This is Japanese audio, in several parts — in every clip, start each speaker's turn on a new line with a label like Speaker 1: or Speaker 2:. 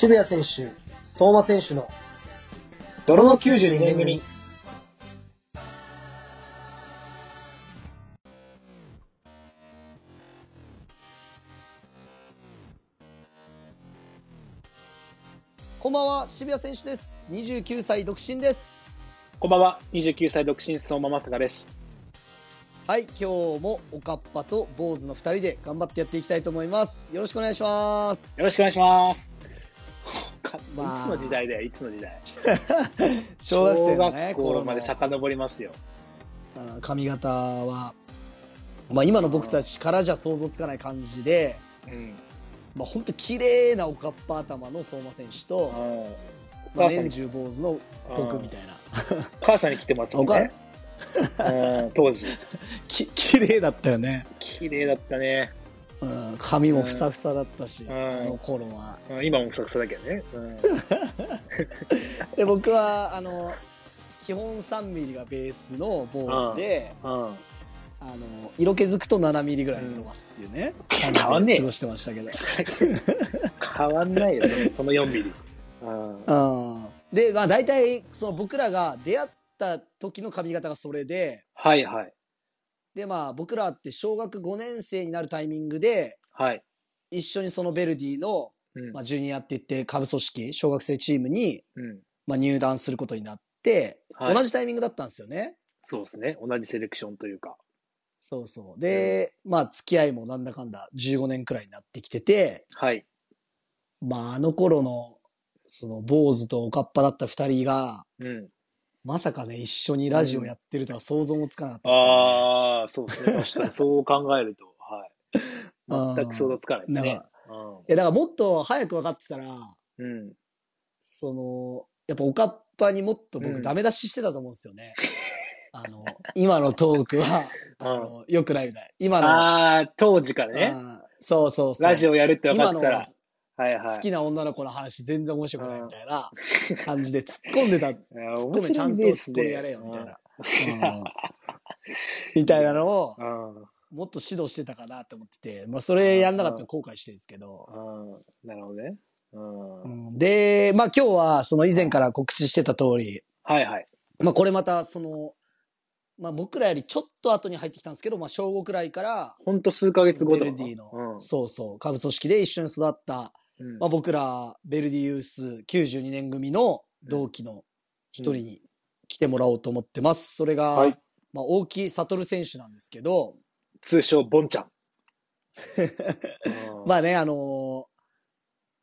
Speaker 1: 渋谷選手、相馬選手の泥の92年組。
Speaker 2: こんばんは、渋谷選手です。29歳独身です。
Speaker 3: こんばんは、29歳独身相馬まさかです。
Speaker 2: はい、今日もおかっぱと坊主の二人で頑張ってやっていきたいと思います。よろしくお願いします。
Speaker 3: よろしくお願いします。か
Speaker 2: まあ
Speaker 3: いつの時代だよ、いつの時代。
Speaker 2: 小学生のね、
Speaker 3: 小学
Speaker 2: 頃
Speaker 3: 校ま
Speaker 2: の
Speaker 3: で遡りますよ。
Speaker 2: うん髪型は、まあ今の僕たちからじゃ想像つかない感じで、
Speaker 3: うん。
Speaker 2: まあ本当綺麗なおかっぱ頭の相馬選手
Speaker 3: う
Speaker 2: と、
Speaker 3: ん
Speaker 2: まあ
Speaker 3: お母さん
Speaker 2: 年中坊主の僕みたいな。
Speaker 3: 母さんに来てもらった時ね。うん、当時。
Speaker 2: き、綺麗だったよね。
Speaker 3: 綺麗だったね。
Speaker 2: うん、髪もふさふさだったし、
Speaker 3: うん
Speaker 2: あの頃は。
Speaker 3: うん、今もふさふさだけどね。うん。
Speaker 2: で僕はあの基本3ミリがベースの坊主で、
Speaker 3: うん、
Speaker 2: あの色気づくと7ミリぐらいに伸ばすっていうね、感じで
Speaker 3: 変わんねえ
Speaker 2: 過ごしてましたけど、
Speaker 3: 変わんないよ、でもその4ミリ。うん。
Speaker 2: うん、でまあ大体その僕らが出会った時の髪型がそれで
Speaker 3: はいはい。
Speaker 2: でまあ僕らって小学5年生になるタイミングで
Speaker 3: はい。
Speaker 2: 一緒にそのベルディの、
Speaker 3: うん。
Speaker 2: まあ、ジュニアって言って下部組織小学生チームに、
Speaker 3: うん、
Speaker 2: まあ、入団することになって、
Speaker 3: はい
Speaker 2: 同じタイミングだったんですよね。
Speaker 3: そうですね。同じセレクションというか。
Speaker 2: そうそう。で、まあ、付き合いもなんだかんだ15年くらいになってきてて、
Speaker 3: はい。
Speaker 2: まあ、あの頃の、その、坊主とおかっぱだった二人が、
Speaker 3: うん。
Speaker 2: まさかね、一緒にラジオやってるとは想像もつかなかったですからね
Speaker 3: ああ、そ うですね。確かに、そう考えると。はい。
Speaker 2: うん
Speaker 3: 全く想像つかないです
Speaker 2: なん
Speaker 3: ね
Speaker 2: か。いや、だからもっと早く分かってたら、
Speaker 3: うん。うん。
Speaker 2: その、やっぱおかっぱにもっと
Speaker 3: う
Speaker 2: 僕
Speaker 3: ん
Speaker 2: ダメ出ししてたと思うんですよね。 あの、今のトークは、
Speaker 3: うん
Speaker 2: あの、良くないみたい。今の、
Speaker 3: ああ、当時からね。
Speaker 2: あーそうそうそう。
Speaker 3: ラジオやるって分か
Speaker 2: 今
Speaker 3: って
Speaker 2: の
Speaker 3: たら。はいはい。
Speaker 2: 好きな女の子の話全然面白くないみたいな感じで突っ込ん でた。突
Speaker 3: いや
Speaker 2: っ込めちゃんと突っ込みやれよみたいな。。うんみたいなのを
Speaker 3: 面白いですね
Speaker 2: もっと指導してたかなと思ってて、まあそれやんなかったら後悔してるんですけど。
Speaker 3: うん。うん。なるほどね。うん。
Speaker 2: うんで、まあ今日はその以前から告知してた通り、
Speaker 3: はいはい。
Speaker 2: まあこれまたその、まあ僕らよりちょっと後に入ってきたんですけど、まあ正午くらいから、
Speaker 3: ほんと数ヶ月後
Speaker 2: ベ
Speaker 3: とか
Speaker 2: ル
Speaker 3: な。
Speaker 2: ディの、
Speaker 3: う
Speaker 2: そうそう、下部組織で一緒に育った
Speaker 3: んうん
Speaker 2: まあ、僕ら、ベルディユース92年組の同期の一人に来てもらおうと思ってます。それが、
Speaker 3: はい
Speaker 2: まあ、大木悟選手なんですけど、
Speaker 3: 通称、ボンちゃ ん。
Speaker 2: まあね、あのー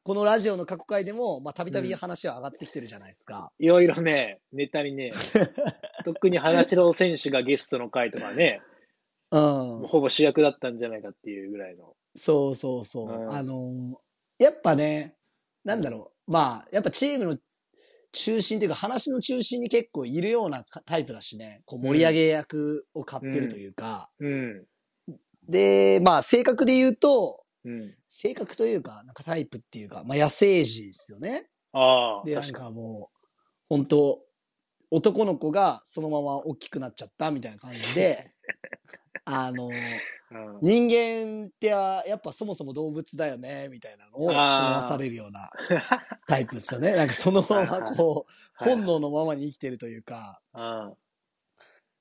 Speaker 2: このラジオの過去回でも、まあ、たびたび話は上がってきてるじゃないですか。
Speaker 3: いろいろね、ネタに ね、特に花城選手がゲストの回とかね、
Speaker 2: うん。
Speaker 3: ほぼ主役だったんじゃないかっていうぐらいの。
Speaker 2: そうそうそう。
Speaker 3: うん
Speaker 2: あのーやっぱね、なんだろう。まあ、やっぱチームの中心というか、話の中心に結構いるようなかタイプだしね、こう盛り上げ役を買ってるというか、
Speaker 3: うん。
Speaker 2: で、まあ、性格で言うと、
Speaker 3: うん。
Speaker 2: 性格というか、なんかタイプっていうか、まあ、野生児ですよね。
Speaker 3: ああ、
Speaker 2: で、なん
Speaker 3: 確か
Speaker 2: かもう、本当男の子がそのまま大きくなっちゃったみたいな感じ で、あの、
Speaker 3: に。うん
Speaker 2: 人間ってやっぱそもそも動物だよね、みたいなのを思
Speaker 3: あー
Speaker 2: わされるようなタイプですよね。なんかそのままこう、
Speaker 3: はい
Speaker 2: 本能のままに生きてるというか、
Speaker 3: ああ。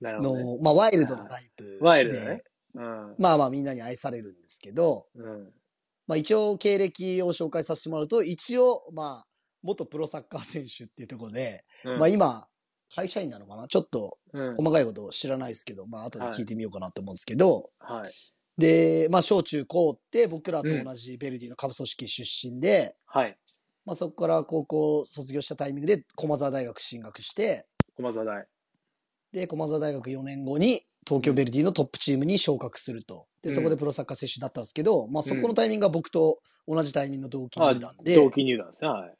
Speaker 3: なるほど、ね。
Speaker 2: の、まあ、ワイルドなタイプで。
Speaker 3: ワイルドだね。うん。
Speaker 2: まあまあみんなに愛されるんですけど、
Speaker 3: うん。
Speaker 2: まあ、一応経歴を紹介させてもらうと、一応、まあ、元プロサッカー選手っていうところで、
Speaker 3: うん
Speaker 2: まあ今、会社員なのかなちょっと
Speaker 3: うん
Speaker 2: 細かいこと知らないですけど、まあ後で聞いてみようかなと思うんですけど、
Speaker 3: はい。
Speaker 2: で、まあ小中高って僕らと同じベルディの下部組織出身で、
Speaker 3: はい。
Speaker 2: まあそこから高校卒業したタイミングで駒沢大学進学して、
Speaker 3: 駒沢大。
Speaker 2: で、駒沢大学4年後に東京ベルディのトップチームに昇格すると。で、そこでプロサッカー選手になったんですけど、まあそこのタイミングが僕と同じタイミングの同期入団で、
Speaker 3: 同期入団ですね。はい。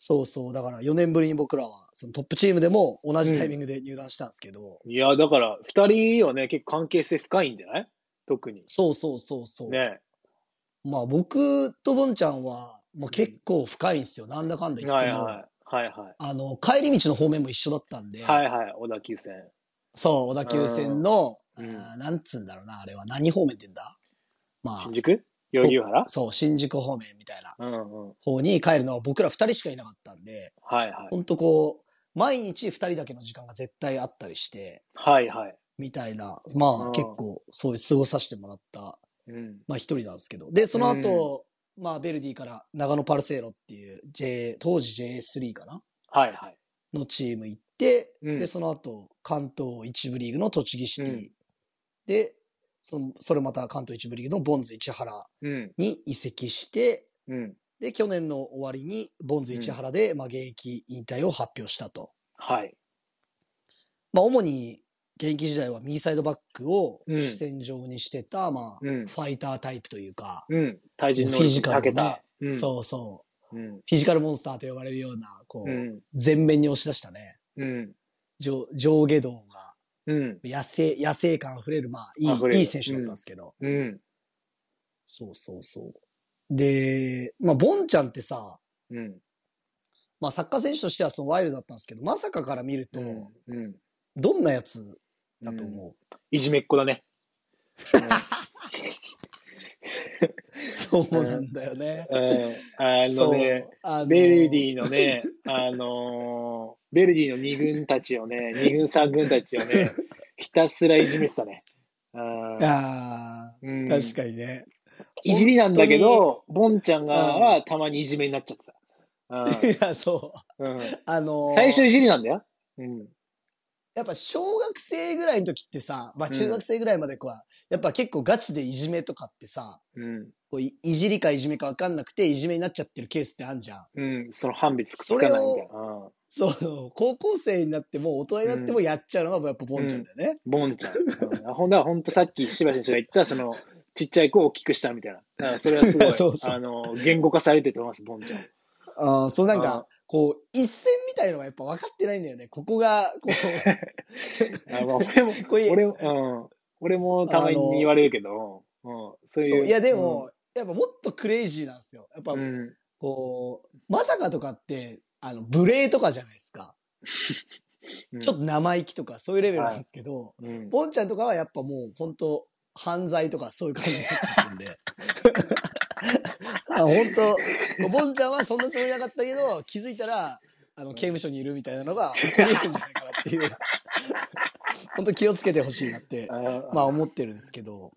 Speaker 2: そうそう。だから4年ぶりに僕らは、そのトップチームでも同じタイミングで入団したんですけど、
Speaker 3: いや、だから、二人はね、結構関係性深いんじゃない特に。
Speaker 2: そうそうそうそう。
Speaker 3: ね。
Speaker 2: まあ僕とボンちゃんは、もう結構深いんですよ。なんだかんだ言っ
Speaker 3: は
Speaker 2: て
Speaker 3: い
Speaker 2: も。
Speaker 3: はい。はいは
Speaker 2: あの、帰り道の方面も一緒だったんで、
Speaker 3: い。はいはい。小田急線。
Speaker 2: そう、小田急線の、
Speaker 3: う
Speaker 2: あ
Speaker 3: ん
Speaker 2: ーなんつうんだろうな、あれは何方面って言うんだまあ
Speaker 3: 新、宿代々木上原
Speaker 2: そう、新宿方面みたいな
Speaker 3: うんうん。
Speaker 2: 方に帰るのは僕ら二人しかいなかったんで、
Speaker 3: はいはい。
Speaker 2: ほんとこう、毎日二人だけの時間が絶対あったりして、
Speaker 3: はいはい。
Speaker 2: みたいな、ま
Speaker 3: う
Speaker 2: あ
Speaker 3: ん
Speaker 2: 結構そういう過ごさせてもらった、
Speaker 3: うん。
Speaker 2: まあ一人なんですけど。で、その後、まあベルディから長野パルセーロっていう J、当時 J3 かな
Speaker 3: はいはい。
Speaker 2: のチーム行って、
Speaker 3: うん
Speaker 2: で、その後関東一部リーグの栃木シティ、
Speaker 3: うん
Speaker 2: で、その、それまた関東一部リーグのボンズ市原
Speaker 3: うん。
Speaker 2: に移籍して、
Speaker 3: うん。
Speaker 2: で、去年の終わりに、ボンズ市原で、まあ、現役引退を発表したと。
Speaker 3: はい。
Speaker 2: まあ、主に、現役時代は右サイドバックを
Speaker 3: うん
Speaker 2: 主戦場にしてた、まあ、
Speaker 3: うん
Speaker 2: フ。ァイタータイプというか、
Speaker 3: うん。対人能
Speaker 2: フィジ
Speaker 3: 力
Speaker 2: カル
Speaker 3: か
Speaker 2: もね
Speaker 3: けた。うん。
Speaker 2: そうそう、
Speaker 3: うん。
Speaker 2: フィジカルモンスターと呼ばれるような、こ
Speaker 3: う
Speaker 2: う、
Speaker 3: ん。
Speaker 2: 前面に押し出したね、
Speaker 3: うん。
Speaker 2: 上上下動が、
Speaker 3: うん。
Speaker 2: 野生、野生感あふれる、まあ、い
Speaker 3: あふれる
Speaker 2: い、いい選手だったんですけど、
Speaker 3: うん。
Speaker 2: そうそうそう。で、まあ、ボンちゃんってさ、
Speaker 3: うん。
Speaker 2: まあ、サッカー選手としてはそのワイルドだったんですけど、まさかから見ると、
Speaker 3: うん。
Speaker 2: どんなやつだと
Speaker 3: うん
Speaker 2: 思う、
Speaker 3: いじめっ子 だね。
Speaker 2: そうなんだよね。
Speaker 3: うん。あのね。、
Speaker 2: あの
Speaker 3: ベルディのね、あのーベルディの二軍たち をね、二軍三軍たちをね、ひたすらいじめてたね。あ
Speaker 2: ああ、
Speaker 3: うん、
Speaker 2: 確かにね。
Speaker 3: いじりなんだけど、ボンちゃんがはたまにいじめになっちゃってた。
Speaker 2: いや、そう。
Speaker 3: うんうん
Speaker 2: あのー
Speaker 3: 最初いじりなんだよ。うん。
Speaker 2: やっぱ小学生ぐらいの時ってさ、まあ中学生ぐらいまでこうは、やっぱ結構ガチでいじめとかってさ、
Speaker 3: うん。
Speaker 2: こういいじりかいじめかわかんなくていじめになっちゃってるケースってあんじゃん。
Speaker 3: うん。その判別つかないみたいな。
Speaker 2: そう、 高校生になっても大人になってもやっちゃうのがやっぱボンちゃんだよね。
Speaker 3: ボンちゃん。うん、ほんだ、ほんとさっきしばしの人が言った、その、ちっちゃい子を大きくしたみたいな。だからそれはすごい、
Speaker 2: そうそう
Speaker 3: あの、言語化されてると思います、ボンちゃん。
Speaker 2: ああ、そうなん
Speaker 3: あー
Speaker 2: か、こう、一線みたいのがやっぱ分かってないんだよね。ここが、こ う、
Speaker 3: あまあ 俺も、
Speaker 2: こういう
Speaker 3: 俺も、うん、俺もたまに言われるけど、うん、そう
Speaker 2: そ
Speaker 3: いうう。
Speaker 2: いやでも、やっぱもっとクレイジーなんですよ。やっぱ
Speaker 3: うん、うん、
Speaker 2: こう、まさかとかって、あの、無礼とかじゃないですか。
Speaker 3: うん、
Speaker 2: ちょっと生意気とかそういうレベルなんですけど、
Speaker 3: うん、
Speaker 2: ボンちゃんとかはやっぱもう本当犯罪とかそういう感じになっちゃってんで。あ本当ボンちゃんはそんなつもりなかったけど、気づいたら、あの、刑務所にいるみたいなのが起こり得るんじゃないかなっていう。本当気をつけてほしいなって
Speaker 3: あ、
Speaker 2: まあ思ってるんですけど。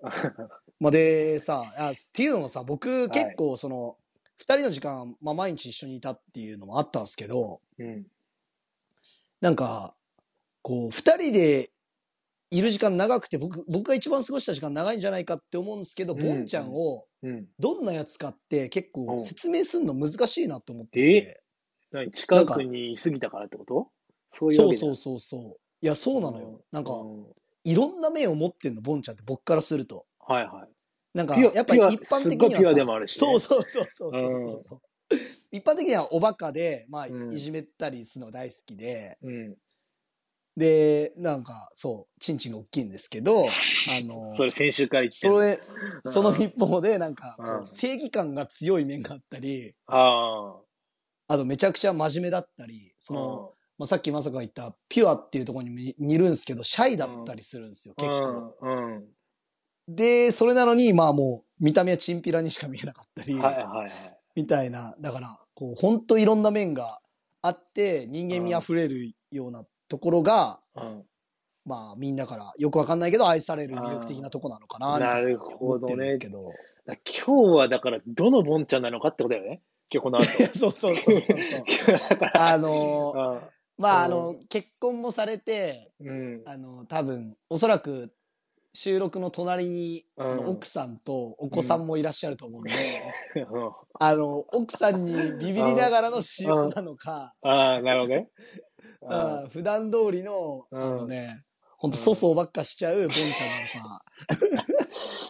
Speaker 2: まあでさあ、っていうのもさ、僕結構その、二、人の時間、まあ毎日一緒にいたっていうのもあったんですけど、
Speaker 3: うん、
Speaker 2: なんか、こう、二人でいる時間長くて、僕、僕が一番過ごした時間長いんじゃないかって思うんですけど、
Speaker 3: うん
Speaker 2: ボンちゃんを
Speaker 3: うん。
Speaker 2: どんなやつかって結
Speaker 3: う
Speaker 2: 構
Speaker 3: ん
Speaker 2: 説明するの難しいなって思って
Speaker 3: え
Speaker 2: て。
Speaker 3: 何近くに過ぎたからってことそういう
Speaker 2: そ
Speaker 3: わ
Speaker 2: う
Speaker 3: けじ
Speaker 2: そ
Speaker 3: ゃな
Speaker 2: う
Speaker 3: い
Speaker 2: そうそう。いや、そうなのよ。なんか、
Speaker 3: うん
Speaker 2: いろんな面を持ってんの、ボンちゃんって僕からすると。
Speaker 3: はいはい。
Speaker 2: なんか、
Speaker 3: ピュア
Speaker 2: やっぱり
Speaker 3: ピュア
Speaker 2: 一般的には
Speaker 3: すっごいピュ
Speaker 2: さ
Speaker 3: アでもあるしね
Speaker 2: そうそうそうそうそうそうそう。一般的にはおバカで、まあ、
Speaker 3: うん
Speaker 2: いじめたりするのが大好きで、
Speaker 3: うん。
Speaker 2: で、なんか、そう、チンチンが大きいんですけど、あの、
Speaker 3: それ先週から言って
Speaker 2: そ
Speaker 3: る。
Speaker 2: れ、
Speaker 3: うん
Speaker 2: その一方で、なんか、
Speaker 3: うん
Speaker 2: こう正義感が強い面があったり、
Speaker 3: あ
Speaker 2: あとめちゃくちゃ真面目だったり、
Speaker 3: あ。
Speaker 2: その、
Speaker 3: う
Speaker 2: まあ、さっきまさか言った、ピュアっていうところに似似るんですけど、シャイだったりするんですよ、結構。
Speaker 3: ん。うん。うん
Speaker 2: で、それなのに、まあもう、見た目はチンピラにしか見えなかったり、
Speaker 3: はいはいはい。
Speaker 2: みたいな、だから、こう、ほんといろんな面があって、人間味あふれるようなところが、
Speaker 3: うん、
Speaker 2: まあみんなからよくわかんないけど愛される魅力的なとこなのかな、みたいな思ってるんですけど。
Speaker 3: だ今日はだから、どのボンちゃんなのかってことだよね。今日この後。
Speaker 2: いや そうそうそうそうそう。
Speaker 3: だか ら
Speaker 2: あ のー、まあ、あの、結婚もされて、
Speaker 3: うん。
Speaker 2: あの、多分、おそらく、収録の隣に、
Speaker 3: うん
Speaker 2: あの奥さんとお子さんもいらっしゃると思うんで、
Speaker 3: うん
Speaker 2: あの、奥さんにビビりながらの使用なのか、
Speaker 3: ああ、なるほどね。
Speaker 2: うん普段通りの、あ
Speaker 3: うん
Speaker 2: のね、ほんと粗相ばっかしちゃうボンちゃんなのか、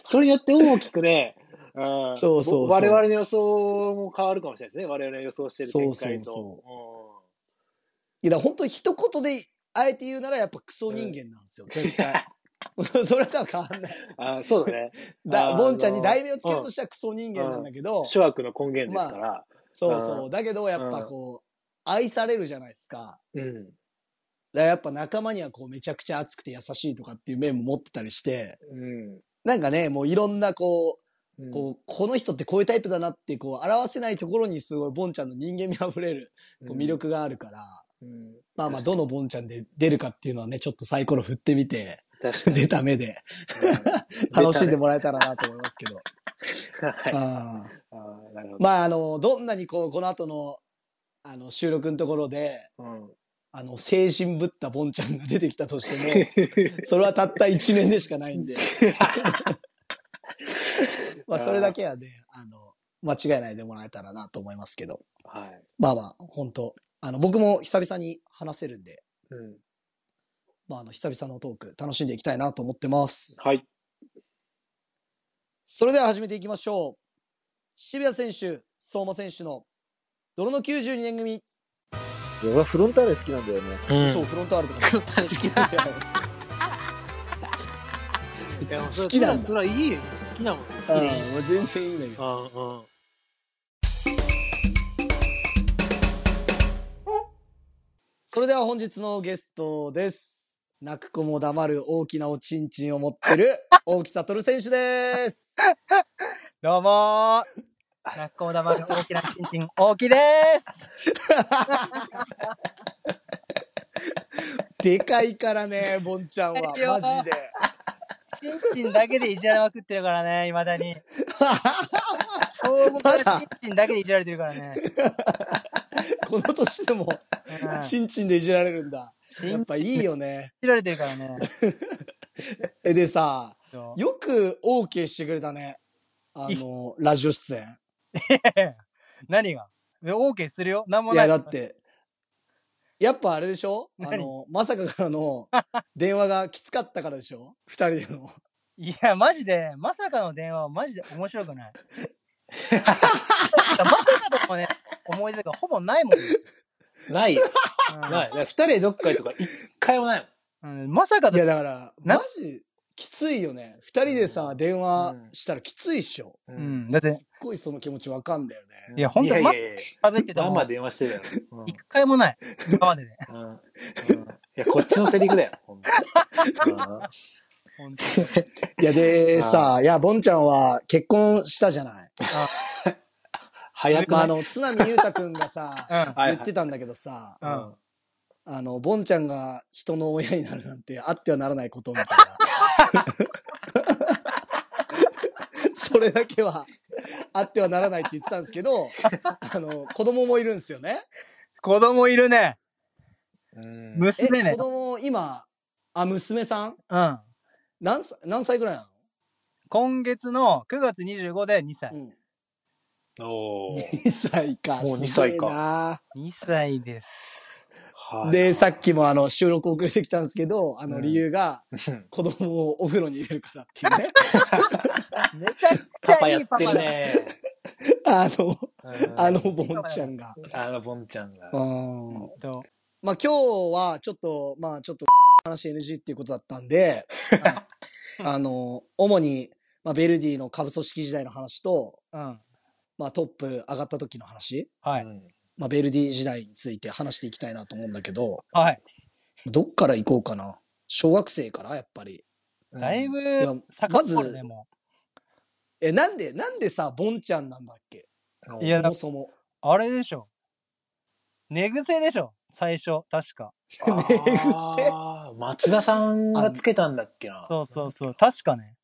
Speaker 3: それによって大きくね、うん
Speaker 2: そうそうそう
Speaker 3: 我々の予想も変わるかもしれないですね。我々の予想してる展開と。
Speaker 2: そうそういや、だから本当に一言で、あえて言うならやっぱクソ人間なんですよ、絶対。 それとは変わんない。
Speaker 3: うんあーそうだね。あ
Speaker 2: だ、
Speaker 3: の
Speaker 2: ボンちゃんに題名をつけるとしたらクソ人間なんだけど、
Speaker 3: 諸悪の根源ですから。
Speaker 2: そうそうう。だけど、やっぱこう、愛されるじゃないですか。
Speaker 3: うん。
Speaker 2: からやっぱ仲間にはこうめちゃくちゃ熱くて優しいとかっていう面も持ってたりして、
Speaker 3: うん。
Speaker 2: なんかね、もういろんなこ
Speaker 3: う
Speaker 2: う、
Speaker 3: ん
Speaker 2: こう、この人ってこういうタイプだなってこう表せないところにすごいボンちゃんの人間味あふれるこう魅。力があるから、
Speaker 3: うん
Speaker 2: まあまあどのボンちゃんで出るかっていうのはね、ちょっとサイコロ振ってみて、
Speaker 3: 確かに。
Speaker 2: 出た目で
Speaker 3: うん
Speaker 2: 楽しんでもらえたらなと思いますけど。
Speaker 3: 出たねはい。
Speaker 2: うん
Speaker 3: あーなるほど。
Speaker 2: まああの、どんなにこう、この後の、あの、収録のところで、
Speaker 3: うん
Speaker 2: あの、精神ぶったボンちゃんが出てきたとしても、 それはたった1年でしかないんで。まあ、それだけはね、あの、間違いないでもらえたらなと思いますけど。
Speaker 3: はい。
Speaker 2: まあまあ、本当あの、僕も久々に話せるんで、
Speaker 3: うん。
Speaker 2: まあ、あの、久々のトーク楽しんでいきたいなと思ってます。
Speaker 3: はい。
Speaker 2: それでは始めていきましょう。渋谷選手、相馬選手の、泥の92年組、
Speaker 4: いや俺はフロンターレ好きなんだよね。
Speaker 5: うん
Speaker 2: そう、フロンターレとか、好きなんだ よ。好
Speaker 5: 好
Speaker 2: きなんだ
Speaker 5: それはいいよ好きなもん好き
Speaker 2: うん、
Speaker 5: でいいです
Speaker 2: もう全然いいんだけど。
Speaker 5: うんうん
Speaker 2: それでは本日のゲストです。泣く子も黙る大きなおちんちんを持って る大木悟選手です。
Speaker 5: どうもー学校黙る大きなチンチン大きで
Speaker 2: でかいからね、ボンちゃんは。
Speaker 5: いや
Speaker 2: マジで。
Speaker 5: すチンチンだけでいじられまくってるからね、いまだに。小5からチンチンだけでいじられてるからね。
Speaker 2: この年でも、
Speaker 5: うんい
Speaker 2: ちんちんでいじられるんだ。
Speaker 5: じ
Speaker 2: やっぱいいよね。
Speaker 5: られてるからね。
Speaker 2: え、でさ、
Speaker 5: そう
Speaker 2: よく OK してくれたね。あの、ラジオ出演。
Speaker 5: 何がで ?OK するよ何も
Speaker 2: い
Speaker 5: ない。
Speaker 2: や、だって、やっぱあれでしょあの、まさかから の電話がきつかったからでしょ二人での。
Speaker 5: いや、マジで、まさかの電話はマジで面白くない。 まさかのね、思い出がほぼないもん。
Speaker 3: ない。
Speaker 5: うん
Speaker 3: ない。だから二人でどっかへとか一回もないもん。
Speaker 5: うんまさか
Speaker 2: い
Speaker 5: と
Speaker 2: や、だから、
Speaker 5: な
Speaker 2: マジ、きついよね。二人でさ、電話したらきついっしょ。
Speaker 3: う
Speaker 5: う。ん、だって、
Speaker 2: すっごいその気持ちわかんだよね。
Speaker 5: いや本当に
Speaker 3: いやいやいや
Speaker 5: 喋ってた
Speaker 3: まあ
Speaker 5: もん
Speaker 3: まあ電話してたよ。うん
Speaker 5: 一回もない。今までで。
Speaker 3: うんうんいや、こっちのセリフだよ。ほんと
Speaker 5: 本当に、
Speaker 2: いや、で、
Speaker 3: あー
Speaker 2: さ、いや、ボンちゃんは結婚したじゃない。
Speaker 3: 早く
Speaker 2: まあ、
Speaker 3: な
Speaker 2: あ
Speaker 3: い
Speaker 2: の、津波裕太くんがさ
Speaker 5: うん
Speaker 3: は
Speaker 2: 言
Speaker 3: い
Speaker 2: ってたんだけどさ、
Speaker 5: うん
Speaker 2: あの、ボンちゃんが人の親になるなんてあってはならないことみたいな。それだけはあってはならないって言ってたんですけど、あの、子供もいるんですよね。
Speaker 5: 子供いるね。
Speaker 3: うん
Speaker 2: え、
Speaker 5: 娘ね
Speaker 2: 子。供今、あ、娘さん
Speaker 5: うん。
Speaker 2: 何歳、何歳ぐらいな
Speaker 5: 今月の9月25で2歳
Speaker 2: の、。
Speaker 3: おー
Speaker 2: ?2 歳か。
Speaker 3: もう二
Speaker 2: すげえ
Speaker 3: 歳
Speaker 2: な
Speaker 5: 2歳です。
Speaker 3: はい
Speaker 2: で、さっきもあの、収録遅れてきたんですけど、あ
Speaker 3: う
Speaker 2: の、
Speaker 3: ん
Speaker 2: 理由が、
Speaker 3: うん
Speaker 2: 子供をお風呂に入れるからって いうね。
Speaker 5: めちゃく
Speaker 3: パ
Speaker 5: ち
Speaker 3: パ
Speaker 5: ゃ
Speaker 3: や
Speaker 5: い
Speaker 3: っ
Speaker 5: いパ
Speaker 3: て
Speaker 5: パ
Speaker 3: る
Speaker 5: だ。
Speaker 3: ね。
Speaker 2: あの、
Speaker 3: うん
Speaker 2: あの、ボンちゃんが。
Speaker 3: あの、ボンちゃんが
Speaker 2: う。ん。
Speaker 5: と
Speaker 2: まあ、今日はちょっと、まあ、ちょっと、話 NG っていうことだったんで、 あの、主に、まあ、ベルディの下部組織時代の話と、
Speaker 5: うん。
Speaker 2: まあ、トップ上がった時の話、
Speaker 5: は
Speaker 3: う
Speaker 5: い。
Speaker 3: ん
Speaker 2: まあ、ベルディ時代について話していきたいなと思うんだけど、
Speaker 5: はい。
Speaker 2: どっから行こうかな。小学生からやっぱり。
Speaker 5: だいぶ
Speaker 2: や、
Speaker 5: 坂っぽいね、
Speaker 2: ま
Speaker 5: も
Speaker 2: え、なんで、なんでさ、ボンちゃんなんだっけ
Speaker 3: うん
Speaker 5: う。いや、
Speaker 2: そ
Speaker 5: だ
Speaker 2: もそも。
Speaker 5: あれでしょ。寝癖でしょ。最初、確か。
Speaker 3: あー松田さんがつけたんだっけな。
Speaker 5: そうそうそう。確かね。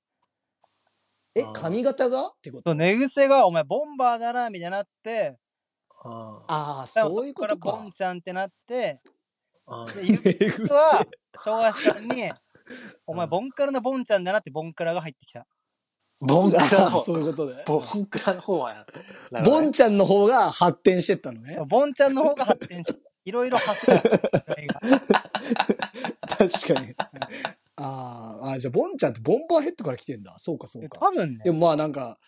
Speaker 2: え
Speaker 3: あー、
Speaker 2: 髪型がってこと
Speaker 5: そう、寝癖が、お前、ボンバーだな、みたいになって、
Speaker 3: うん
Speaker 2: ああ、
Speaker 5: でも
Speaker 2: そういうこ
Speaker 5: から
Speaker 2: と
Speaker 5: ボ
Speaker 2: か
Speaker 5: ン。ちゃんってなって、
Speaker 3: うん
Speaker 5: でゆ
Speaker 2: えぐ
Speaker 5: 僕は、東橋さんに、お前、ボンカラのボンちゃんだなって、ボンカラが入ってきた。
Speaker 3: ボンクラの
Speaker 2: あー
Speaker 3: 方。
Speaker 2: そういうことで。
Speaker 3: ボンクラの方は、なるほ
Speaker 2: ボ
Speaker 3: どね
Speaker 2: ンちゃんの方が発展してったのね。
Speaker 5: ボンちゃんの方が発展して、いろいろ発展
Speaker 2: 確かに。あーあー、じゃあ、ボンちゃんってボンバーヘッドから来てんだ。そうか、そうか。
Speaker 5: 多分ね
Speaker 2: で、もまあなんか、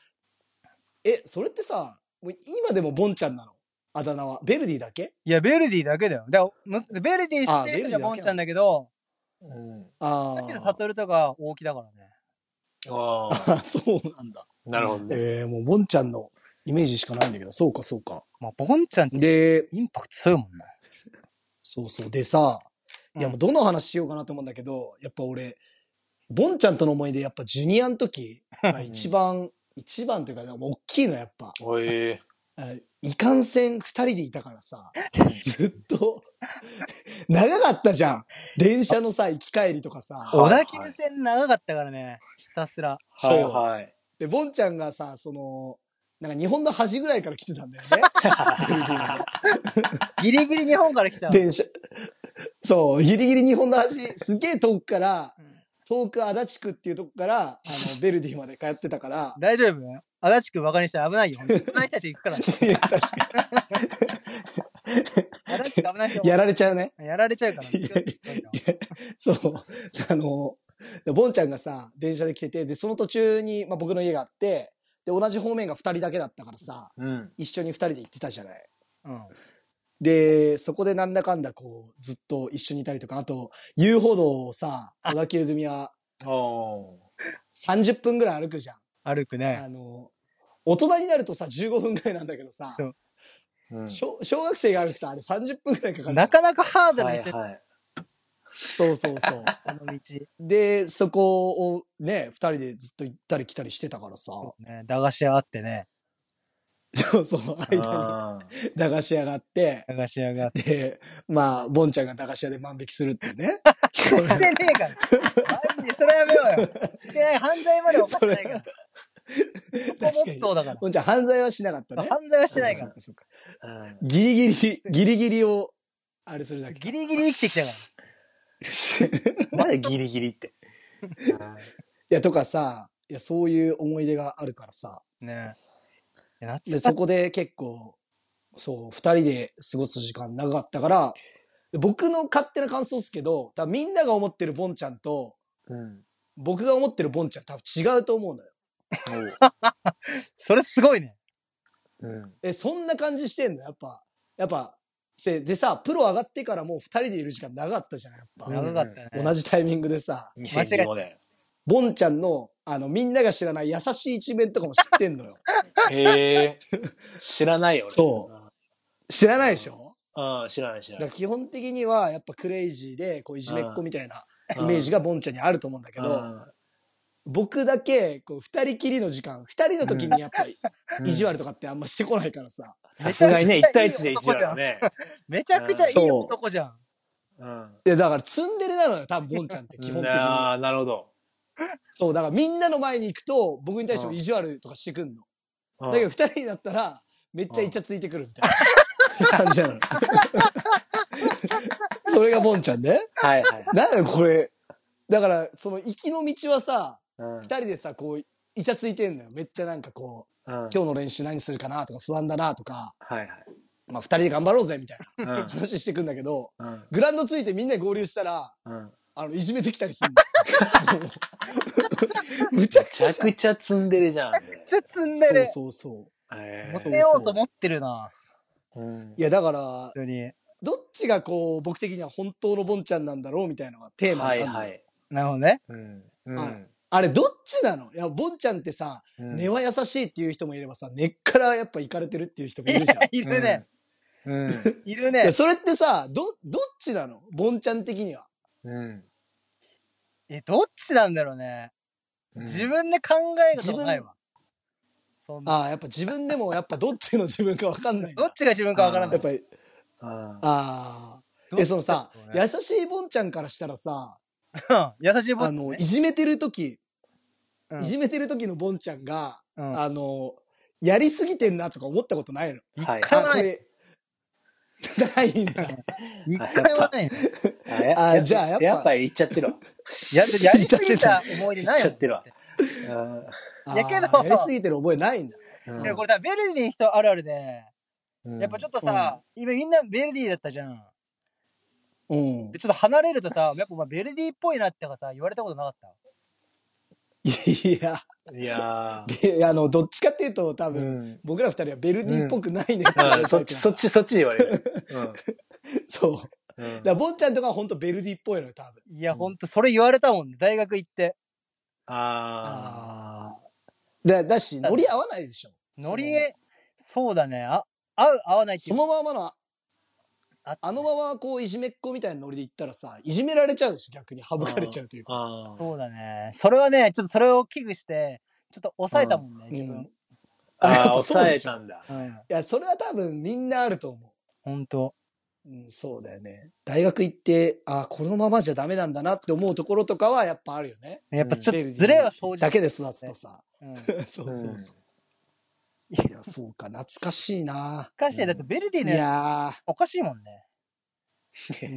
Speaker 2: え、それってさ、もう今でもボンちゃんなのあだ名は。ベルディだけ
Speaker 5: いや、ベルディだけだよ。だからむベルディ知ってる人が
Speaker 2: あ
Speaker 5: ボ
Speaker 2: ベルディだけなの
Speaker 5: ンちゃんだけど、
Speaker 3: うん
Speaker 2: あ
Speaker 5: だけど、
Speaker 2: ー
Speaker 5: サトルとか大木だからね。
Speaker 3: あ
Speaker 2: あ
Speaker 3: ー。
Speaker 2: ー。そうなんだ。
Speaker 3: なるほどね。
Speaker 2: えー、もうボンちゃんのイメージしかないんだけど、そうか、そうか。
Speaker 5: まあ、ボンちゃんって
Speaker 2: で、
Speaker 5: インパクト強いもんね。
Speaker 2: そうそう。でさ、いやもうどの話しようかなと思うんだけど、やっぱ俺、ボンちゃんとの思い出、やっぱジュニアの 時が一番、一番というか、大きいのやっぱ。
Speaker 3: おい。
Speaker 2: あいかんせん二人でいたから さ、ずっと、長かったじゃん。電車のさ、行き帰りとかさ。
Speaker 5: 小田急線長かったからね、ひたすら。
Speaker 3: はいはい。
Speaker 2: で、ボンちゃんがさ、その、なんか日本の端ぐらいから来てた んだよね。ベルギーまで
Speaker 5: ギリギリ日本から来た の。
Speaker 2: 電車。そう、ギリギリ日本の端、すげえ遠くから
Speaker 5: うん、
Speaker 2: 遠く足立区っていうとこから、あ の、ベルディまで通ってたから、
Speaker 5: 大丈夫足立区バカにしたら危ないよ。本当に危ない人たち行くから。
Speaker 2: いや確か
Speaker 5: 足立区危ない人
Speaker 2: に。やられちゃうね。
Speaker 5: やられちゃうから。
Speaker 2: いやいやそう。あの、でボンちゃんがさ、電車で来てて、で、その途中に、まあ、僕の家があって、で、同じ方面が二人だけだったからさ、
Speaker 3: うん。
Speaker 2: 一緒に二人で行ってたじゃない。
Speaker 5: うん。
Speaker 2: で、そこでなんだかんだこう、ずっと一緒にいたりとか、あと、遊歩道をさ、小田急組は
Speaker 3: お
Speaker 2: 30分ぐらい歩くじゃん。
Speaker 5: 歩くね。
Speaker 2: あの、大人になるとさ、15分ぐらいなんだけどさ、
Speaker 5: そう
Speaker 3: ー。うん。
Speaker 2: 小小学生が歩くとあれ30分ぐらいかかる。
Speaker 5: なかなかハード
Speaker 3: は
Speaker 5: ない道だよ
Speaker 3: はい。
Speaker 2: そうそう そう。
Speaker 5: この道。
Speaker 2: で、そこをね、二人でずっと行ったり来たりしてたからさ、
Speaker 5: ね、駄菓子屋あってね。
Speaker 2: そうそう、間
Speaker 3: あー
Speaker 2: に駄菓子屋があって、
Speaker 5: 駄菓子屋があって。
Speaker 2: で、まあ、ボンちゃんが駄菓子屋で万引きするっていう ね。
Speaker 5: してねえから。マジでそれやめようよ。してない犯罪まで犯してないから。ここ
Speaker 2: 確か
Speaker 5: モッ
Speaker 2: に
Speaker 5: ト。ーだから。
Speaker 2: ボンちゃん犯罪はしなかったね。
Speaker 5: 犯罪はしてないから。
Speaker 2: そうかそう
Speaker 3: うん
Speaker 2: かギリギリ、ギリギリを、あれするだ け。
Speaker 5: ギリギリ生きてきたから。
Speaker 3: まだギリギリ って。
Speaker 2: いや、とかさ、いや、そういう思い出があるからさ。
Speaker 5: ねえ。いや
Speaker 2: で、
Speaker 5: 懐か
Speaker 2: そこで結構、そう、二人で過ごす時間長かったから、で僕の勝手な感想ですけど、多分みんなが思ってるボンちゃんと、
Speaker 3: うん。
Speaker 2: 僕が思ってるボンちゃん多分違うと思うのよ。
Speaker 5: それすごいね。
Speaker 3: おううん。
Speaker 2: え、そんな感じしてんのやっぱ、やっぱ、せでさ、プロ上がってからもう二人でいる時間長かったじゃん、やっぱ。
Speaker 5: 長かったね。
Speaker 2: 同じタイミングでさ、
Speaker 3: 2015年。
Speaker 2: ボンちゃんの、あの、みんなが知らない優しい一面とかも知ってん のよ。
Speaker 3: へえ。知らないよ、俺
Speaker 2: そう知らないでしょ
Speaker 3: うん。うん、知らない、知ら
Speaker 2: だ
Speaker 3: な
Speaker 2: か
Speaker 3: い
Speaker 2: ら。基本的には、やっぱクレイジーで、こう、いじめっ子みたいな
Speaker 3: うん
Speaker 2: イメージがボンちゃんにあると思うんだけど、僕だけ、こう、二人きりの時間、二人の時にやっぱり、
Speaker 3: うん
Speaker 2: 意地悪とかってあんましてこないからさ。
Speaker 3: さすがにね、一対一で一だよね。
Speaker 5: めちゃくちゃいい男じゃん。
Speaker 3: うん。
Speaker 2: いや、だから、ツンデレなのよ、多分、ボンちゃんって、基本的に。
Speaker 3: ああ、なるほど。
Speaker 2: そう、だからみんなの前に行くと、僕に対しても意地悪とかしてくんの。
Speaker 3: うん
Speaker 2: だけど二人になったら、めっちゃイチャついてくるみたいな感じなの。それがボンちゃんね。
Speaker 3: はいはい。
Speaker 2: なんだよ、これ。だから、その行きの道はさ、
Speaker 3: うん
Speaker 2: 二人でさ、こう、イチャついてんのよ。めっちゃなんかこう、
Speaker 3: うんはい
Speaker 2: 今日の練習何するかなとか不安だなとか、
Speaker 3: はい。
Speaker 2: まあ二人で頑張ろうぜみたいな
Speaker 3: うん
Speaker 2: 話してくんだけど、
Speaker 3: うん
Speaker 2: グラウンドついてみんな合流したら、
Speaker 3: うん。め
Speaker 2: あの、いじめてきたりするの。 むちゃく
Speaker 3: ち
Speaker 2: ちゃ
Speaker 3: ゃ
Speaker 2: じゃん。
Speaker 3: くちゃツンデレじゃん。
Speaker 5: めっちゃ積んでる。
Speaker 2: そうそうそう。
Speaker 3: へ
Speaker 5: モ
Speaker 2: そ
Speaker 5: テ
Speaker 2: う
Speaker 5: 要素持ってるな。
Speaker 3: ーうん
Speaker 2: いや、だから
Speaker 5: 本、当に。
Speaker 2: どっちがこう、僕的には本当のボンちゃんなんだろうみたいなのがテーマ
Speaker 3: は
Speaker 2: で
Speaker 3: い
Speaker 2: あるの
Speaker 3: は。い。
Speaker 5: なるほどね。
Speaker 3: うん。うん
Speaker 2: はいあれ、どっちなのいや、ボンちゃんってさ、
Speaker 3: うん
Speaker 2: 根は優しいっていう人もいればさ、根っからやっぱ行かれてるっていう人もいるじゃん。い
Speaker 5: いるね。
Speaker 3: うん。
Speaker 5: いるね
Speaker 2: や、。それってさ、ど、どっちなのボンちゃん的には。
Speaker 3: うん。
Speaker 5: え、どっちなんだろうね。
Speaker 3: うん
Speaker 5: 自分で考えがないわ。そんな。
Speaker 2: ああ、やっぱ自分でもやっぱどっちの自分かわかんない。
Speaker 5: どっちが自分かわからな
Speaker 2: や
Speaker 5: い
Speaker 2: っ。ぱり、
Speaker 3: あ
Speaker 2: ああ。
Speaker 5: どっち
Speaker 2: え、そのさ、
Speaker 5: だろうね
Speaker 2: 優しいボンちゃんからしたらさ、
Speaker 5: うん優しいボ
Speaker 2: あ
Speaker 5: ン
Speaker 2: の、いじめてる時、
Speaker 5: うん
Speaker 2: いじめてる時のボンちゃんが、
Speaker 5: うん
Speaker 2: あの、やりすぎてんなとか思ったことないの
Speaker 3: ーはい。
Speaker 5: か
Speaker 2: あ
Speaker 5: ない
Speaker 2: これないんだ。
Speaker 5: 一回もないね。
Speaker 2: あじゃあやっぱ
Speaker 3: やっぱり行っちゃってるわ。
Speaker 5: やる、やりすぎた思い出な
Speaker 3: 行
Speaker 5: い
Speaker 3: っちゃ
Speaker 5: もん
Speaker 3: ってるわ。
Speaker 2: あー
Speaker 5: やけど
Speaker 2: やりすぎてる覚えないんだ。
Speaker 3: うん
Speaker 5: いやこれさ、ベルディの人あるあるで、やっぱちょっとさ、今みんなベルディだったじゃん。
Speaker 2: うん
Speaker 5: で、。ちょっと離れるとさ、やっぱお前ベルディっぽいなってかさ、言われたことなかった
Speaker 2: いや、
Speaker 3: いや
Speaker 2: であの、どっちかっていうと多
Speaker 3: ーう
Speaker 2: 分、
Speaker 3: ん。
Speaker 2: 僕ら二人はベルディっぽくないね、
Speaker 3: うんそっち、そっ。ち、そっちで言われる。
Speaker 2: そう。だか
Speaker 3: うんうん。
Speaker 2: ら、ボンちゃんとかは本当ベルディっぽいのよ、多分。
Speaker 5: いや、ほんと、それ言われたもんね。大学行って。
Speaker 3: ああ。
Speaker 2: だだし、乗り合わないでしょ。
Speaker 5: ノリ、そうだね。あ、合う、合わないって
Speaker 2: そ
Speaker 5: い。
Speaker 2: うのままの
Speaker 5: あ
Speaker 2: あのままこういじめっ子みたいなノリで行ったらさ、いじめられちゃうでしょ、逆に。省かれちゃうというか。
Speaker 3: あー
Speaker 5: そうだね。それはね、ちょっとそれを危惧して、ちょっと抑えたもんね、自
Speaker 2: うん
Speaker 5: 分。
Speaker 2: あやっ
Speaker 3: あー、
Speaker 2: ぱそう
Speaker 3: 抑
Speaker 2: で
Speaker 3: え
Speaker 2: しょ
Speaker 3: たんだ。
Speaker 5: うん。
Speaker 2: いや、それは多分みんなあると思
Speaker 5: ほんと。
Speaker 2: う。うん、そうだよね。大学行って、ああ、このままじゃダメなんだなって思うところとかはやっぱあるよね。
Speaker 5: やっぱちょっ
Speaker 2: う
Speaker 5: と
Speaker 2: ん
Speaker 5: ズレは生じ
Speaker 2: だ
Speaker 5: る。
Speaker 2: けで育つとさ。
Speaker 5: う ん。
Speaker 2: そうそうそう。
Speaker 5: うん
Speaker 2: いや、そうか、懐かしいな。
Speaker 5: しかし、だってベルディ
Speaker 2: い
Speaker 5: のやつ
Speaker 2: や
Speaker 5: おかしいもんね。
Speaker 2: ー、 う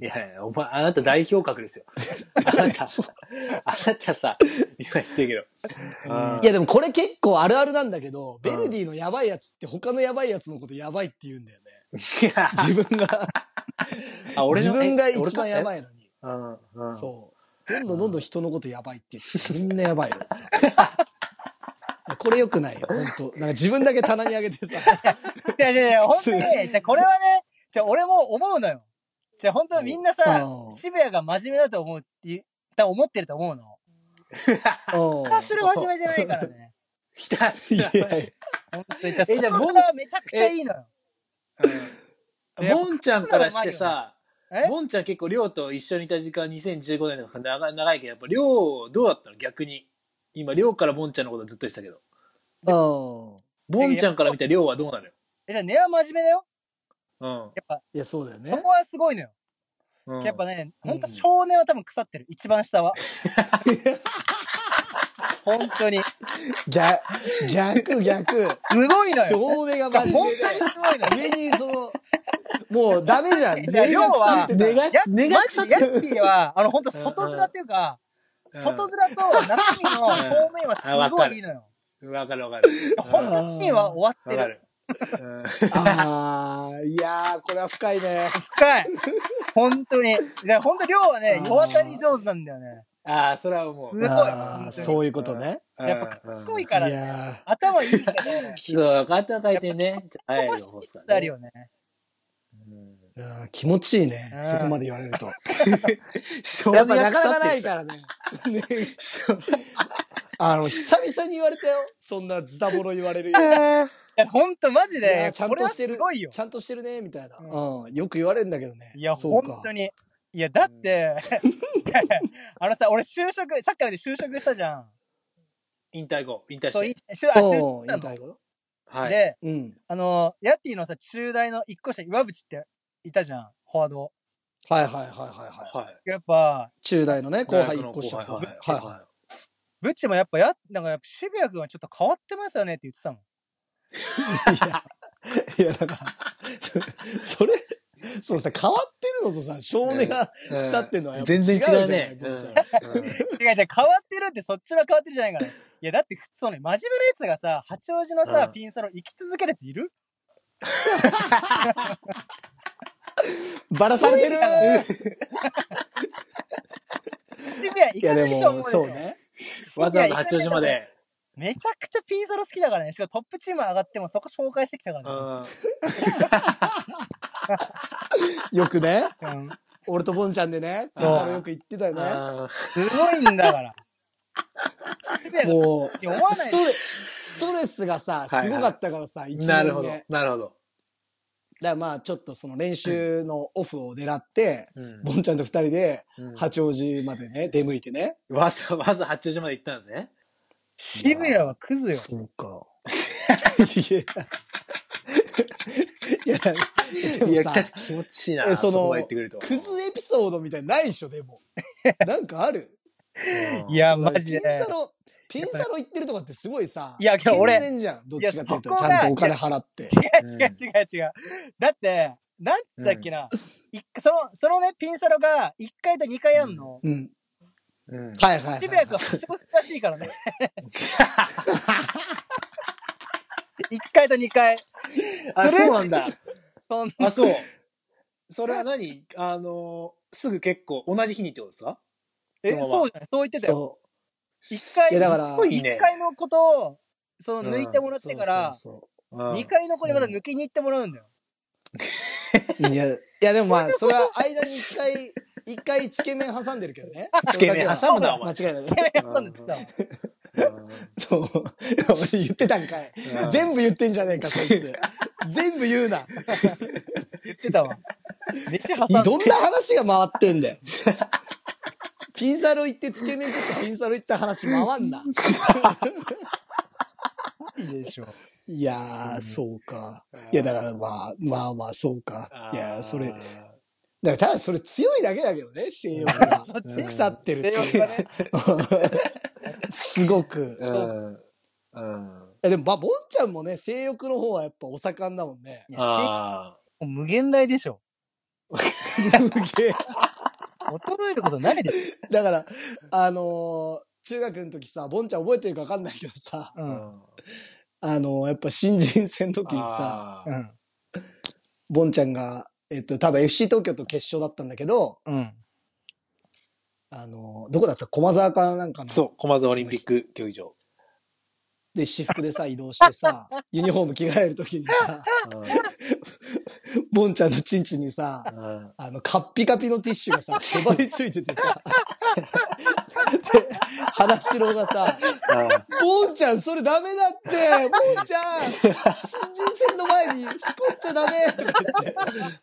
Speaker 2: ん
Speaker 3: いやいや、お前、あなた代表格ですよ。あなた、あなたさ、今言ってるけど。うん
Speaker 2: いやでもこれ結構あるあるなんだけど、ベルディのやばいやつって他のやばいやつのことやばいって言うんだよね。
Speaker 3: いや
Speaker 2: 自分が、
Speaker 3: あ俺
Speaker 2: 自
Speaker 3: の
Speaker 2: 分が
Speaker 3: え
Speaker 2: 一番や
Speaker 3: い。
Speaker 2: ばいのに。
Speaker 3: うんうん、
Speaker 2: そう。どんどんどんどん人のことやばいって言ってさみんなやばいのに さ。いやこれ良くないよ、本当なんか自分だけ棚に上げてさ。
Speaker 5: じゃあじゃあじゃあほん
Speaker 2: 普通
Speaker 5: とに、じゃあこれはね、じゃあ俺も思うのよ。じゃあほんとみんなさ
Speaker 2: うん、
Speaker 5: 渋谷が真面目だと思うって言う、多分思ってると思うの。
Speaker 2: うん
Speaker 5: ひたすら真面目じゃないからね。
Speaker 3: ひたすら
Speaker 2: いやい
Speaker 5: ほんとに。じゃあそ
Speaker 3: えじゃあ
Speaker 5: こからめちゃくちゃいいのよ。
Speaker 3: うんボンちゃんからしてさ、
Speaker 5: え
Speaker 3: ボンちゃん結構りょうと一緒にいた時間2015年の方が長い長いけど、やっぱりょうどうだったの逆に。今、りょうからボンちゃんのことずっと言ってたけど。
Speaker 2: や。うん。
Speaker 3: ボンちゃんから見たりょうはどうなのよ。
Speaker 5: えじゃあ根は真面目だよ。
Speaker 3: うん
Speaker 5: やっぱ、
Speaker 2: いや、そうだよ
Speaker 5: そ
Speaker 2: ね
Speaker 5: こ。はすごいのよ。
Speaker 3: うん。
Speaker 5: やっぱね、
Speaker 2: うん
Speaker 5: ほんと少年は多分腐ってる。一番下は。ほんとに。す
Speaker 2: 逆、逆、逆。
Speaker 5: ごいのよ。
Speaker 2: 少年が
Speaker 5: いや
Speaker 2: マジで
Speaker 5: ほんとにすごいのよ。
Speaker 2: 上にその、もうダメじゃん。
Speaker 5: いや要
Speaker 2: 根が腐
Speaker 5: は
Speaker 2: ってた
Speaker 5: や
Speaker 3: 根が
Speaker 5: マジでヤッピーは、あの、本当外面っていうか、
Speaker 3: うん
Speaker 5: 外面と中身の表面はすごいいいのよ。
Speaker 3: わかるわかる。
Speaker 5: 本当には終わっ
Speaker 3: わ
Speaker 5: て
Speaker 3: か
Speaker 5: る。
Speaker 3: る。うん
Speaker 2: ああ、いやー、これは深いね。
Speaker 5: 深い。本当に。いや、本当量はね
Speaker 2: あ、ー
Speaker 5: 弱たり上手なんだよね。
Speaker 3: ああ、それはもう。
Speaker 5: すごい
Speaker 2: あーそういうことね。
Speaker 5: やっぱかっこい
Speaker 3: い。
Speaker 5: いから
Speaker 2: い
Speaker 5: ね。
Speaker 2: や
Speaker 5: 頭いいけど、
Speaker 3: そう、肩回転ね。
Speaker 5: 飛ばし
Speaker 3: ちょっと
Speaker 5: てあ
Speaker 3: 早
Speaker 5: る
Speaker 3: いよ
Speaker 5: よね。
Speaker 3: うん
Speaker 2: ーうん気持ちいいね
Speaker 5: う。ん
Speaker 2: そこまで言われる と。
Speaker 3: 少
Speaker 2: や
Speaker 3: 年
Speaker 2: っぱ
Speaker 3: が
Speaker 2: なか
Speaker 3: 腐
Speaker 2: なかな
Speaker 3: ってる
Speaker 2: い
Speaker 3: さ
Speaker 2: からね。 ねあの、久々に言われたよ。そんなズタボロ言われ るよ。
Speaker 5: いや、本当マジ
Speaker 2: いや
Speaker 5: で、
Speaker 2: ちゃん
Speaker 5: これ
Speaker 2: と
Speaker 5: は
Speaker 2: して
Speaker 5: す
Speaker 2: る
Speaker 5: ごいよ。
Speaker 2: ちゃんとしてるね、みたいな。うん。よく言われるんだけどね。
Speaker 5: いや、
Speaker 2: そう
Speaker 5: 本
Speaker 2: か
Speaker 5: 当。に。いや、だって、いやいや あのさ、俺就職、サッカーで就職したじゃん。
Speaker 3: 引退後、引退
Speaker 5: そう、
Speaker 3: し
Speaker 5: い
Speaker 3: て。
Speaker 5: 就あ就
Speaker 2: うん、
Speaker 5: 職し
Speaker 2: 言い
Speaker 5: た
Speaker 2: た
Speaker 5: の
Speaker 2: いこ
Speaker 3: はい。
Speaker 5: で、
Speaker 2: と。うん。
Speaker 5: あの、ヤッティのさ、中大の一個下、岩渕っていたじゃん、フォワード。
Speaker 2: はいはいはいはいは。
Speaker 3: はいい。
Speaker 5: やっぱ、
Speaker 2: 中大のね、後輩一個下の後
Speaker 3: 後
Speaker 2: 輩。
Speaker 3: 輩
Speaker 2: はいはい。
Speaker 5: ブッチもやっぱ、や、なんかやっぱ渋谷君はちょっと変わってますよねって言ってたもん。
Speaker 2: いや、だから、そ れ、そうさ、変わってるのとさ、少年が
Speaker 3: うん
Speaker 2: 腐ってんのはやっぱ違
Speaker 3: 全
Speaker 2: うじゃん
Speaker 3: 然違うね。
Speaker 2: ボンちゃん
Speaker 3: うん
Speaker 5: いや、じゃあ変わってるってそっちの変わってるじゃないから。いや、だって、普通のね真面目なやつがさ、八王子のさ、
Speaker 3: うん
Speaker 5: ピンサロ生き続けるやついる
Speaker 2: バラされてる
Speaker 5: いや渋谷行
Speaker 2: いや
Speaker 5: か
Speaker 2: で
Speaker 5: ないと思う
Speaker 2: も、
Speaker 5: よ
Speaker 2: そう。ね。
Speaker 3: わざわざ八王子まで。
Speaker 5: めちゃくちゃピンサロ好きだからね。しかもトップチーム上がってもそこ紹介してきたか
Speaker 3: う
Speaker 5: らね。
Speaker 3: ん
Speaker 2: よくね、
Speaker 5: うん、
Speaker 2: 俺とボンちゃんでね、
Speaker 5: そう
Speaker 2: ピンサロよく行ってたよね。
Speaker 3: あ
Speaker 5: すごいんだから。渋谷が
Speaker 2: もう、
Speaker 5: 思わない
Speaker 2: ストレス、ストレスがさ、
Speaker 3: はいはい
Speaker 2: すごかったからさ、一
Speaker 3: ー
Speaker 2: 年目。
Speaker 3: なるほど
Speaker 2: だか。
Speaker 3: なるほど。
Speaker 2: らまあ、ちょっとその練習のオフを狙って、
Speaker 3: うん
Speaker 2: ボンちゃんと二人で、
Speaker 3: うん
Speaker 2: 八王子までね、出向いてね。
Speaker 3: わざわざ八王子まで行ったんですね。
Speaker 5: 渋谷はクズよ。
Speaker 2: そうか。 いや、いや、で
Speaker 3: い
Speaker 2: も
Speaker 3: や、
Speaker 2: さ
Speaker 3: 確かに気持ちいいな。
Speaker 2: えそ
Speaker 3: そこ
Speaker 2: の
Speaker 3: まで行ってくれると。
Speaker 2: クズエピソードみたいなのないでしょ、でも。なんかある
Speaker 3: うん
Speaker 5: いや、
Speaker 2: そうだ
Speaker 5: マ
Speaker 2: ね
Speaker 5: ジで
Speaker 2: ピ。ンサロ、ピンサロ行ってるとかってすごいさ。
Speaker 5: いやけど俺
Speaker 2: 健全じゃん。どっちかっていう
Speaker 5: い
Speaker 2: と、
Speaker 5: や
Speaker 2: ち
Speaker 5: そこ
Speaker 2: ゃ
Speaker 5: が
Speaker 2: んとお金払って。
Speaker 5: 違う違う違う違う。だって、なんつったっけな。一その、そのね、ピンサロが1階と2階あんの。
Speaker 2: うん。
Speaker 3: うん
Speaker 2: はいはいはい、
Speaker 5: 渋谷君ははしごするらしいから ね。1階と2階。
Speaker 3: あ、そうなんだ。
Speaker 5: そん
Speaker 3: あ、そう。それは何あのー、すぐ結構同じ日にってことですか
Speaker 5: え、
Speaker 3: そのまま
Speaker 5: そうじゃないそう言ってたよ。
Speaker 2: そ
Speaker 5: 1階、
Speaker 2: いやだから
Speaker 3: すっごい
Speaker 5: 一
Speaker 3: ね。
Speaker 5: 階のことを、その抜いてもらっ
Speaker 2: う。
Speaker 5: てから、
Speaker 2: そう
Speaker 3: うん
Speaker 5: 2階の子にまた抜きに行ってもらうんだよ。
Speaker 2: そうそういや、いやでもまあ、それは間に一回、 一回つけ麺挟んでるけどね。
Speaker 3: つけ麺挟むな、お
Speaker 2: 間
Speaker 3: 前。
Speaker 2: 違いないね。
Speaker 5: やったんですよ。
Speaker 2: そう。俺言ってたんかい。
Speaker 3: うん
Speaker 2: 全部言ってんじゃねえか、そいつ。全部言うな。
Speaker 5: 言ってたわ。飯挟んで
Speaker 2: どんな話が回ってんだよ。ピンサロ行ってつけ麺食ってピンサロ行った話回んな。
Speaker 5: いいでしょ。
Speaker 2: いやー、そうか。いや、だからまあ、まあまあ、そうか
Speaker 3: あ。
Speaker 2: い
Speaker 3: ー
Speaker 2: や、それ、だからただそれ強いだけだけどね、性欲が。そっち腐ってるって
Speaker 5: 西洋
Speaker 2: いう
Speaker 5: がね、
Speaker 2: すごく。い
Speaker 3: うん。うん。
Speaker 2: やでも、まあ、ぼんちゃんもね、性欲の方はやっぱお盛んだもんね。
Speaker 3: あ
Speaker 5: 無限大でしょ。
Speaker 2: すげえ
Speaker 5: 衰えることないでし
Speaker 2: だから、あのー中学の時さ、ぼんちゃん覚えてるか分かんないけどさ、
Speaker 5: ょ。
Speaker 3: あ。
Speaker 5: う。
Speaker 3: うんん。
Speaker 2: あのーやっぱ新人戦の時にさ、
Speaker 5: う
Speaker 3: あ
Speaker 5: ん。
Speaker 2: ボンちゃんが、えっと、多分 FC 東京と決勝だったんだけど、
Speaker 5: うん。
Speaker 2: あの、どこだった駒沢かなんか
Speaker 3: ー
Speaker 2: の。
Speaker 3: そう、駒沢オリンピック競技場。
Speaker 2: で、私服でさ、移動して さ、ユニフォーム着替えるときにさ、ボンちゃんのチンチンにさ、
Speaker 3: うんうん
Speaker 2: あの、カッピカピのティッシュがさ、へばりついててさ、で、花城がさ、
Speaker 3: あ
Speaker 2: ボンちゃん、それダメだってボンちゃん新人戦の前にしこっちゃダメとか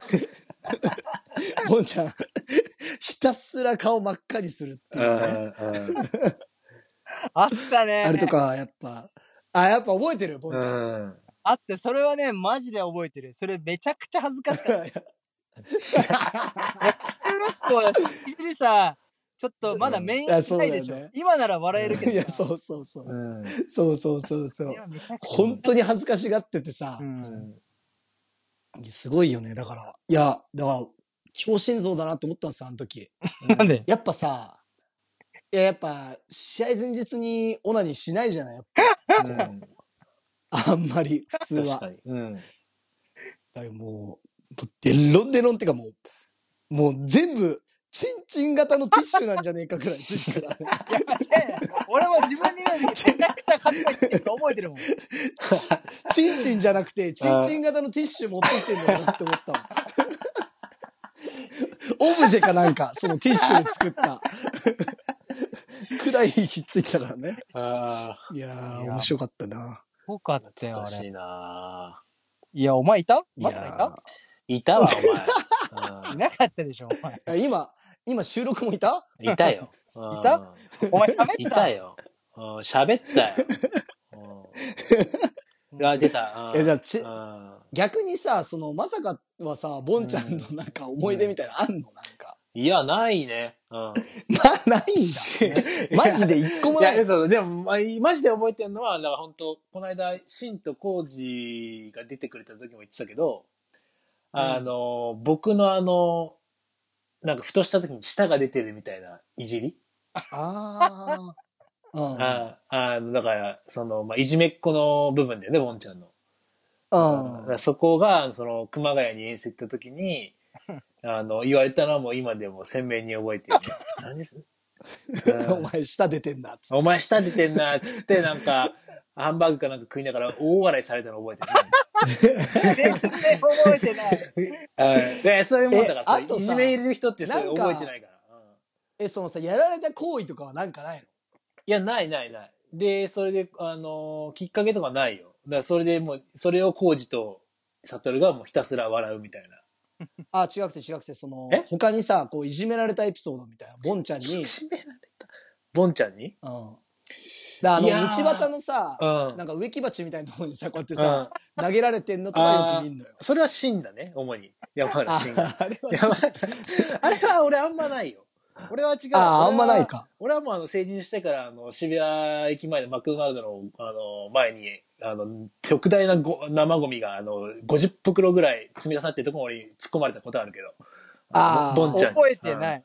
Speaker 2: 言って。ボンちゃん、ひたすら顔真っ赤にするっていうね。
Speaker 5: あったね。
Speaker 2: あれと。か、やっぱ、あ、やっぱ覚えてるよ、ボンちゃん。
Speaker 3: ー。うん。
Speaker 5: あって、それはね、マジで覚えてる。それめちゃくちゃ恥ずかしかった。中学校だし、いきなりさ、ちょっとまだメイン
Speaker 2: いやそう
Speaker 5: な
Speaker 2: だ
Speaker 5: い
Speaker 2: よね
Speaker 5: でしょ。今なら笑えるけ ど
Speaker 2: い
Speaker 5: さ。
Speaker 2: や、そうそうそう。
Speaker 3: うん。
Speaker 2: そうそうそうそう。
Speaker 5: 今めちゃくちゃ。
Speaker 2: 本当に恥ずかしがっててさ
Speaker 5: う、ん。
Speaker 2: すごいよね、だから。いや、だから、強心臓だなって思ったんですよ、あの時。
Speaker 5: なんで
Speaker 2: やっぱさ、いや、やっぱ、試合前日にオナニーしないじゃない
Speaker 3: うん
Speaker 2: あんまり、普通
Speaker 3: 確
Speaker 2: は。
Speaker 3: かに。うん。
Speaker 2: だからもう、もうデロンデロンってかもう、もう全部、チンチン型のティッシュなんじゃねえかくらいついてたからね。
Speaker 5: いや、間違いない。俺も自分に見えた時めちゃくちゃ恥ずかしいって覚えてるもん。
Speaker 2: チンチンじゃなくて、チンチン型のティッシュ持ってきてんのかなって思ったわ。オブジェかなんか、そのティッシュで作った。くらいひっついてたからね。
Speaker 3: あ
Speaker 2: いやー、面白かったな。
Speaker 5: よかっ
Speaker 3: あ。
Speaker 5: たよ、
Speaker 3: 懐か
Speaker 5: あ
Speaker 3: し
Speaker 5: れ。
Speaker 3: いない
Speaker 5: や、お前いた
Speaker 2: い
Speaker 5: まさかい
Speaker 2: や
Speaker 5: た
Speaker 3: いたわ、お前
Speaker 5: いなかったでしょ、お前。
Speaker 2: ー今、今収録もいた
Speaker 3: うん。いたよ。
Speaker 5: いた
Speaker 3: うん
Speaker 5: お前喋った
Speaker 3: いたよ。うん喋ったよ。うんあ、出た。うん
Speaker 2: え、じゃあち
Speaker 3: う、ん
Speaker 2: 逆にさ、その、まさかはさ、ボンちゃんのなんか思い出みたいなのあんのなんか。
Speaker 3: いや、ないね。うん。
Speaker 2: な、ないんだ。 マジで一個も
Speaker 3: い
Speaker 2: な
Speaker 3: や、
Speaker 2: い。
Speaker 3: そう、でも、まあマジで覚えてるのは、だから本当この間、シンとコウジが出てくれた時も言ってたけど、あの、僕のあの、なんか、ふとした時に舌が出てるみたいないじり、
Speaker 2: あー。うん。
Speaker 3: ああの、だから、その、まあ、いじめっ子の部分だよね、ボンちゃんの。だか
Speaker 2: うん
Speaker 3: らそこが、その、熊谷に遠征行った時に、あの、言われたのはもう今でも鮮明に覚え てる、ね。何です、うん
Speaker 2: お前、舌出てんだ、つって
Speaker 3: お前舌出てんな、っつって、なん か、ハンバーグかなんか食いながら大笑いされたの覚えて
Speaker 5: 全然覚えてない。
Speaker 3: る。うんで、そういうもんだから、
Speaker 2: えあとさ
Speaker 3: いじめいる人ってそれ
Speaker 2: なんか
Speaker 3: 覚えてないから。うん
Speaker 2: え、そのさ、やられた行為とかはなんかない
Speaker 3: いや、ないないない。で、それで、あのーきっかけとかないよ。だから、それでもう、それをコウジとサトルがもうひたすら笑うみたいな。
Speaker 2: のあ、違くて違くて、その
Speaker 3: え、
Speaker 2: 他にさ、こう、いじめられたエピソードみたいな、ボンちゃ んに、うん。だか
Speaker 3: じめられた。ボンちゃんに
Speaker 2: らあの、
Speaker 3: い
Speaker 2: 道
Speaker 3: やー
Speaker 2: 端のさ
Speaker 3: う、ん
Speaker 2: な。んか植木鉢みたいなところにさ、こうやって
Speaker 3: うん
Speaker 2: さ、投げられてんのとかよく見んのよ。
Speaker 3: それはシンだね、主に。山原
Speaker 2: あ
Speaker 3: シンが。
Speaker 2: あれは、
Speaker 3: 山原あれは俺あんまないよ。俺は違う。
Speaker 2: あー、あん
Speaker 3: 俺は
Speaker 2: まないか。
Speaker 3: 俺はもうあの成人してからあの渋谷駅前のマクドナルドのあの前にあの極大なご生ゴミがあの50袋ぐらい積み重なってるところに突っ込まれたことあるけど。
Speaker 2: あー
Speaker 3: ボンちゃんに。。
Speaker 5: 覚えてないい。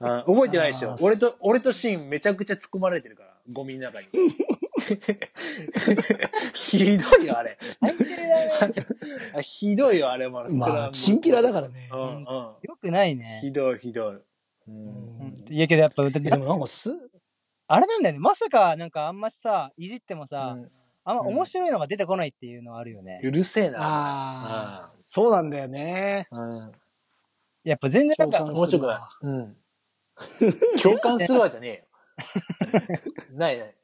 Speaker 3: うん覚えてないでしょ
Speaker 2: あ。ー
Speaker 3: 俺と、俺とシーンめちゃくちゃ突っ込まれてるから、ゴミの 中に。 ひどいよ、あれ。
Speaker 5: 最低だね。
Speaker 3: あひどいよ、あれも。
Speaker 2: まあ、チンピラだ
Speaker 3: か
Speaker 2: からね。
Speaker 3: うんうん。
Speaker 5: よくない
Speaker 3: ひ
Speaker 5: ね。
Speaker 3: どい、ひどい。う
Speaker 2: うんん
Speaker 5: いやけどやっぱ、だって
Speaker 2: いやでもなんか す、
Speaker 5: あれなんだよね。まさか、なんかあんまさ、いじってもさ、あんま面白いのが出てこないっていうのはあるよね
Speaker 3: う。んうるせえな。
Speaker 2: ああ、そうなんだよね。
Speaker 3: うん
Speaker 5: やっぱ全然なんか、
Speaker 2: 共
Speaker 3: 面
Speaker 2: 感す
Speaker 3: 白
Speaker 2: る
Speaker 3: くない
Speaker 2: わ。
Speaker 3: うん。共感するわじゃねえよ。ないない。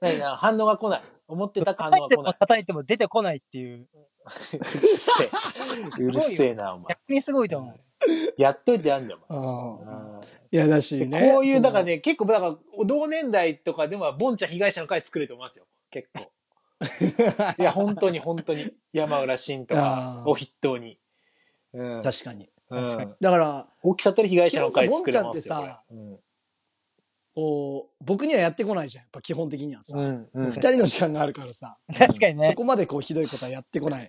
Speaker 3: ないな、反応が来ない。思ってた感
Speaker 5: 叩
Speaker 3: 動は来な
Speaker 5: いても
Speaker 3: い。
Speaker 5: 叩いても出てこないっていう。
Speaker 3: うるせえな、お前。
Speaker 5: 逆にすごいと思う。
Speaker 3: やっといてやんだよ、お
Speaker 2: ああ。
Speaker 3: 前。うん
Speaker 2: いや、だしね。
Speaker 3: こういう、だから
Speaker 2: ね。
Speaker 3: ね、結構、だから、同年代とかでも、ボンちゃん被害者の会作れると思いますよ。結 構。いや、本当に、本当に。山浦新とか
Speaker 2: あー
Speaker 3: を筆頭に。うん。
Speaker 2: 確かに。
Speaker 3: うん
Speaker 5: 確かに
Speaker 2: だから、
Speaker 3: 大きさと被害者の会作れます
Speaker 2: 基本
Speaker 3: よ。
Speaker 2: さ
Speaker 3: こ
Speaker 2: ボンちゃん
Speaker 3: れ
Speaker 2: ってこう、僕にはやってこないじゃん。やっぱ基本的にはさ。
Speaker 3: う
Speaker 2: 二、
Speaker 3: ん。うん。うん
Speaker 2: 人の時間があるからさ。
Speaker 5: 確かに
Speaker 2: そ
Speaker 5: ね。
Speaker 2: こまでこうひどいことはやってこ ない。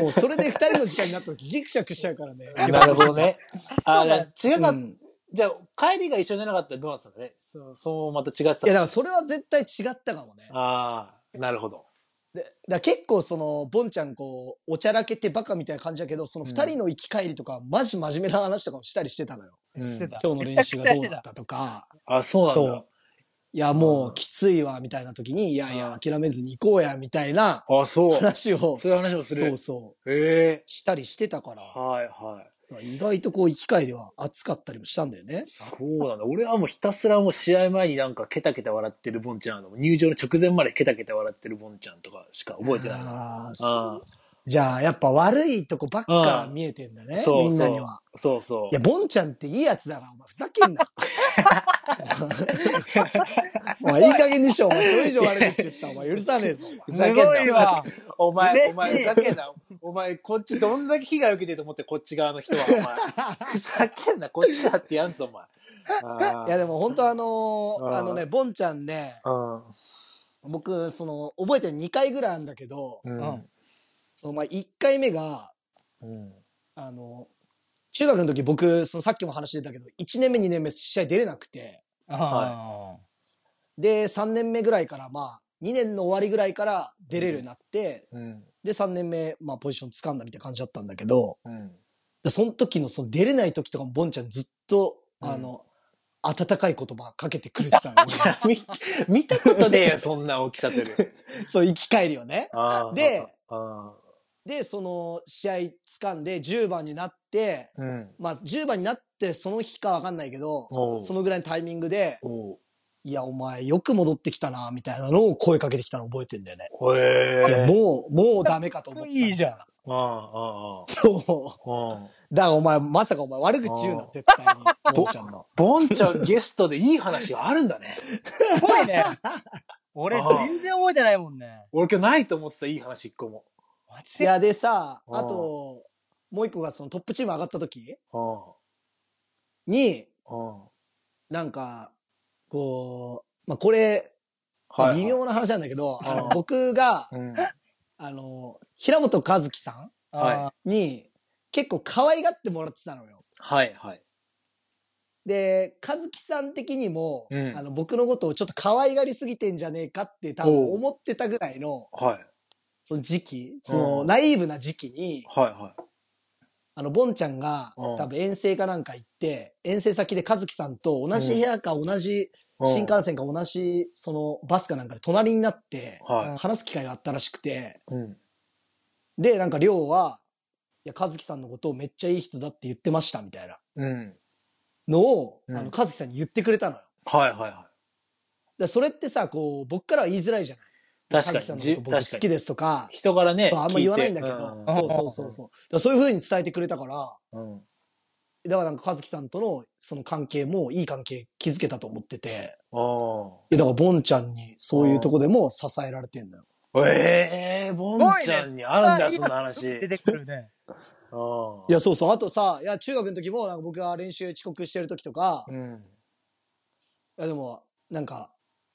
Speaker 2: もうそれで二人の時間になった時ギクシャクしちゃうからね。
Speaker 3: なるほ どね。あー、違
Speaker 2: う
Speaker 3: かった。
Speaker 2: ん、
Speaker 3: じゃあ、帰りが一緒じゃなかったらどうなってたんだね。そう、そうまた違って
Speaker 2: いやだ
Speaker 3: た。
Speaker 2: からそれは絶対違ったかもね。
Speaker 3: ああ、なるほど。
Speaker 2: でだから結構その、ボンちゃんこう、おちゃらけてバカみたいな感じだけど、その二人の行き帰りとか、マジ真面目な話とかもしたりしてたのよ。
Speaker 5: してた
Speaker 2: 今日の練習がどうだったと か。
Speaker 3: あ、そうなんだ。
Speaker 2: そう。いや、もうきついわ、みたいな時に、いやいや、諦めずに行こうや、みたいな
Speaker 3: あ、そう。
Speaker 2: 話を、
Speaker 3: そういう話もす
Speaker 2: そう
Speaker 3: る。
Speaker 2: そう、
Speaker 3: へえ。
Speaker 2: したりしてたから、
Speaker 3: はいはい。
Speaker 2: 意外とこう、行き帰りは熱かったりもしたんだよね。
Speaker 3: そうなんだ。俺はもうひたすらもう試合前になんかケタケタ笑ってるボンちゃんの、入場の直前までケタケタ笑ってるボンちゃんとかしか覚えてない。あ
Speaker 2: あー
Speaker 3: あ
Speaker 2: じゃあ、やっぱ悪いとこばっか見えてんだね、
Speaker 3: そうそ
Speaker 2: み
Speaker 3: うん
Speaker 2: なには。
Speaker 3: そうそ
Speaker 2: いや、ボンちゃんっていいやつだから、お前ふざけんな。お前いい加減にしよう、お前それ以上悪口言ったらお前許さねえぞ。
Speaker 3: う。
Speaker 5: すごいわ。
Speaker 3: お前、
Speaker 5: 嬉しい
Speaker 3: お前、ふざけんな。お前、こっちどんだけ被害受けてると思って、こっち側の人は、お前。ふざけんな、こっちだってやんぞ、お前。ああ
Speaker 2: いや、でも本当あのー
Speaker 3: あー
Speaker 2: あのね、ボンちゃんね、僕、その、覚えてる2回ぐらいあるんだけど、
Speaker 3: うん。うん。
Speaker 2: その、まあ、1回目が、
Speaker 3: うん。
Speaker 2: あの、中学の時僕、そのさっきも話出たけど、1年目、2年目試合出れなくて、
Speaker 5: あ
Speaker 2: で、3年目ぐらいから、まあ、2年の終わりぐらいから出れるようになって、
Speaker 3: うん。
Speaker 2: で、3年目、まあ、ポジション掴んだみたいな感じだったんだけど、
Speaker 3: うん。
Speaker 2: でその時の、その出れない時とかも、ボンちゃんずっと、
Speaker 3: うん
Speaker 2: あの、温かい言葉かけてくれてたの。 俺
Speaker 3: 見、見たことねえよ、そんな大きさとる。
Speaker 2: そう、生き返るよね。
Speaker 3: ああ
Speaker 2: で、
Speaker 3: あ
Speaker 2: で、その、試合掴んで10番になって、
Speaker 3: あうん。
Speaker 2: まあ、10番になってその日かわかんないけど、
Speaker 3: おう
Speaker 2: そのぐらいのタイミングで、
Speaker 3: おう
Speaker 2: いや、お前よく戻ってきたな、みたいなのを声かけてきたの覚えてんだよね。
Speaker 3: へえ。
Speaker 2: いや、もう、もうダメかと
Speaker 5: あ
Speaker 2: 思った。
Speaker 5: いいじゃん。
Speaker 3: ああ、あ
Speaker 2: そう。
Speaker 3: あ、うん。
Speaker 2: だからお前、まさかお前悪口言う
Speaker 3: あ
Speaker 2: な、
Speaker 3: ー
Speaker 2: 絶対 に。ボンちゃんの。
Speaker 3: ボンちゃんゲストでいい話があるんだね。
Speaker 5: すごいね。俺
Speaker 3: あー
Speaker 5: 全然覚えてないもんね。
Speaker 3: 俺今日ないと思ってた、いい話一個も。
Speaker 5: マジ
Speaker 2: い
Speaker 5: で
Speaker 2: や、でさ、
Speaker 3: あー
Speaker 2: あと、もう一個がそのトップチーム上がった時
Speaker 3: う
Speaker 2: に、
Speaker 3: ん。うん。
Speaker 2: なんか、こう、まあ、これ、まあ
Speaker 3: はいはい
Speaker 2: 微妙な話なんだけど、あの
Speaker 3: あー
Speaker 2: 僕が、
Speaker 3: うん。
Speaker 2: あの、平本和樹さ
Speaker 3: はい
Speaker 5: あ
Speaker 2: んに結構可愛がってもらってたのよ。
Speaker 3: はいはい。
Speaker 2: で、和樹さん的にも、
Speaker 3: うん
Speaker 2: あの僕のことをちょっと可愛がりすぎてんじゃねえかって多分思ってたぐらいの、
Speaker 3: はい。
Speaker 2: その時期、その、
Speaker 3: うん
Speaker 2: ナイーブな時期に、
Speaker 3: はいは
Speaker 2: あの、ボンちゃんが、
Speaker 3: うん
Speaker 2: 多分遠征かなんか行って、遠征先で和樹さんと同じ部屋か同じ、
Speaker 3: い。
Speaker 2: 新幹線か同じ、その、バスかなんかで隣になって、
Speaker 3: は
Speaker 2: 話す機会があったらしくて、
Speaker 3: い。うん。
Speaker 2: で、なんか、りょうは、いや、和樹さんのことをめっちゃいい人だって言ってました、みたいな
Speaker 3: うん。
Speaker 2: のを、
Speaker 3: うん
Speaker 2: あの、和樹さんに言ってくれたのよ。だか
Speaker 3: はいはいは
Speaker 2: らそれってさ、こう、僕からは言いづらいじゃない
Speaker 3: い。確
Speaker 2: 和
Speaker 3: か
Speaker 2: 樹さん
Speaker 3: に。
Speaker 2: のこ
Speaker 3: じ
Speaker 2: と
Speaker 3: 確
Speaker 2: 僕
Speaker 3: か
Speaker 2: 好き
Speaker 3: に。
Speaker 2: ですとか、
Speaker 3: 人からね、
Speaker 2: そう、あんま言わないんだけど、
Speaker 5: て
Speaker 2: そうそうそうそう。だからそういう風に伝えてくれたから、
Speaker 3: うん。うん
Speaker 2: だからなんか、和樹さんとの、その関係も、いい関係築けたと思ってて、
Speaker 3: あ
Speaker 2: いや、だから、ボンちゃんに、そういうとこでも支えられてんのよ。
Speaker 3: あ。ええ、ボンちゃんにあるんだ、そんな話。
Speaker 5: 出てくるね。
Speaker 3: あ
Speaker 2: いや、そうそう。あとさ、いや、中学の時も、なんか僕が練習遅刻してる時とか、
Speaker 3: あ。うん。
Speaker 2: いやでも、なんか、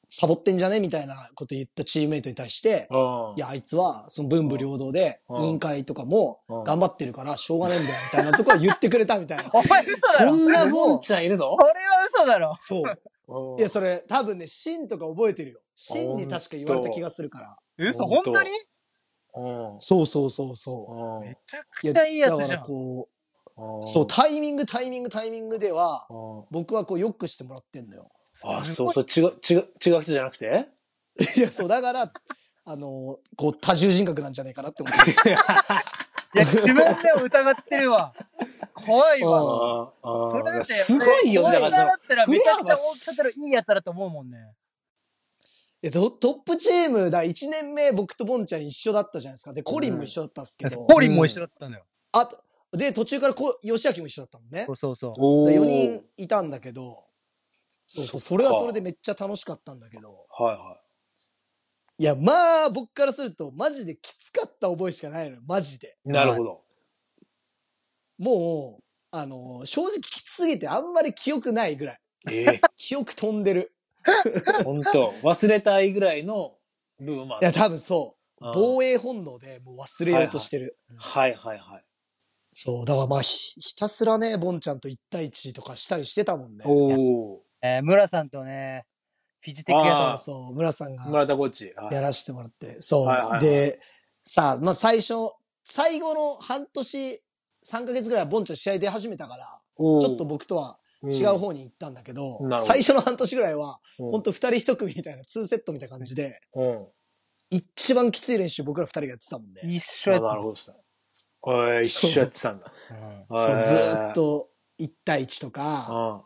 Speaker 2: サボってんじゃねみたいなこと言ったチームメイトに対して、
Speaker 3: ああ。
Speaker 2: いや、あいつは、その文武両道で、
Speaker 3: うん
Speaker 2: 委員会とかも
Speaker 3: うん
Speaker 2: 頑張ってるから、しょうがねえんだよ、みたいなとこは言ってくれたみたいな
Speaker 5: 。お前嘘だ
Speaker 3: そ
Speaker 5: ろ。
Speaker 3: んなボンちゃんいるの
Speaker 5: これは嘘だろ。
Speaker 2: そう。
Speaker 3: うん
Speaker 2: いや、それ、多分ね、シンとか覚えてるよ。シンに確か言われた気がするから。
Speaker 5: 嘘
Speaker 3: 本
Speaker 5: 本
Speaker 3: 当
Speaker 5: 当に
Speaker 3: うん。
Speaker 2: そうそうそうそ
Speaker 3: うん
Speaker 5: めちゃ
Speaker 2: う。
Speaker 5: くちゃいいや
Speaker 2: だ
Speaker 5: つ
Speaker 2: か
Speaker 5: じゃ
Speaker 2: ら
Speaker 5: ん。
Speaker 2: こ
Speaker 3: う
Speaker 2: う、
Speaker 3: ん
Speaker 2: そう、タイミング、タイミング、タイミングでは、
Speaker 3: うん
Speaker 2: 僕はこう、よくしてもらってんのよ。
Speaker 3: あ、そうそう、違う、違う、違う人じゃなくて
Speaker 2: いや、そう、だから、あの、こう、多重人格なんじゃないかなって思 ってる。
Speaker 5: いや、自分でも疑ってるわ。怖いわ。
Speaker 2: うん
Speaker 3: ああ
Speaker 5: それだって、
Speaker 3: すごいよ、
Speaker 5: 俺
Speaker 3: だか
Speaker 5: こいつだ
Speaker 3: ら
Speaker 5: ったらめちゃくちゃ大きさたらいいやつだと思うもんね。
Speaker 2: えトトップチーム、だ、1年目僕とボンちゃん一緒だったじゃないですか。で、コリンも一緒だったんですけど。
Speaker 5: ポリンも一緒だったのよ。
Speaker 2: あと、で、途中からこ吉明も一緒だったもんね
Speaker 5: そ。うそうそう。
Speaker 3: お
Speaker 2: 4人いたんだけど、そうそう、それはそれでめっちゃ楽しかったんだけど。
Speaker 3: はいはい
Speaker 2: や、まあ、僕からすると、マジできつかった覚えしかないのよ、マジで。
Speaker 3: い。なるほど。
Speaker 2: もう、あの、正直きつすぎてあんまり記憶ない ぐらい。
Speaker 3: ええ
Speaker 2: 記憶飛んでる。
Speaker 3: 本当忘れたいぐらいの部分もあっ
Speaker 2: い
Speaker 3: た
Speaker 2: や、多分そう。
Speaker 3: うん
Speaker 2: 防衛本能でもう忘れようとしてる。
Speaker 3: はいはいはい。
Speaker 2: そう、だからまあひ、ひたすらね、ボンちゃんと1対1とかしたりしてたもんね。
Speaker 3: お
Speaker 5: えー、村さんとね、フィジテック
Speaker 3: あ
Speaker 5: や
Speaker 2: そう
Speaker 3: ー
Speaker 2: そう、村さん
Speaker 3: ー
Speaker 2: が
Speaker 3: 村田コーチ。はい
Speaker 2: やらせてもらって。そう。
Speaker 3: はいはいはい
Speaker 2: で、さあ、まあ最初、最後の半年、3ヶ月ぐらいはボンちゃん試合出始めたから、
Speaker 3: おー
Speaker 2: ちょっと僕とは違う方に行ったんだけど、
Speaker 3: うんなるほど
Speaker 2: 最初の半年ぐらいは、
Speaker 3: うん
Speaker 2: ほんと2人1組みたいな2セットみたいな感じで、
Speaker 3: うん。
Speaker 2: 一番きつい練習僕ら2人がやってたもんね。
Speaker 5: 一緒や
Speaker 3: あ
Speaker 5: つ。
Speaker 3: なるほどっすね。おい、一緒やってたんだ。
Speaker 5: う ん
Speaker 2: そうずーっ
Speaker 3: へ
Speaker 2: と1対1とか、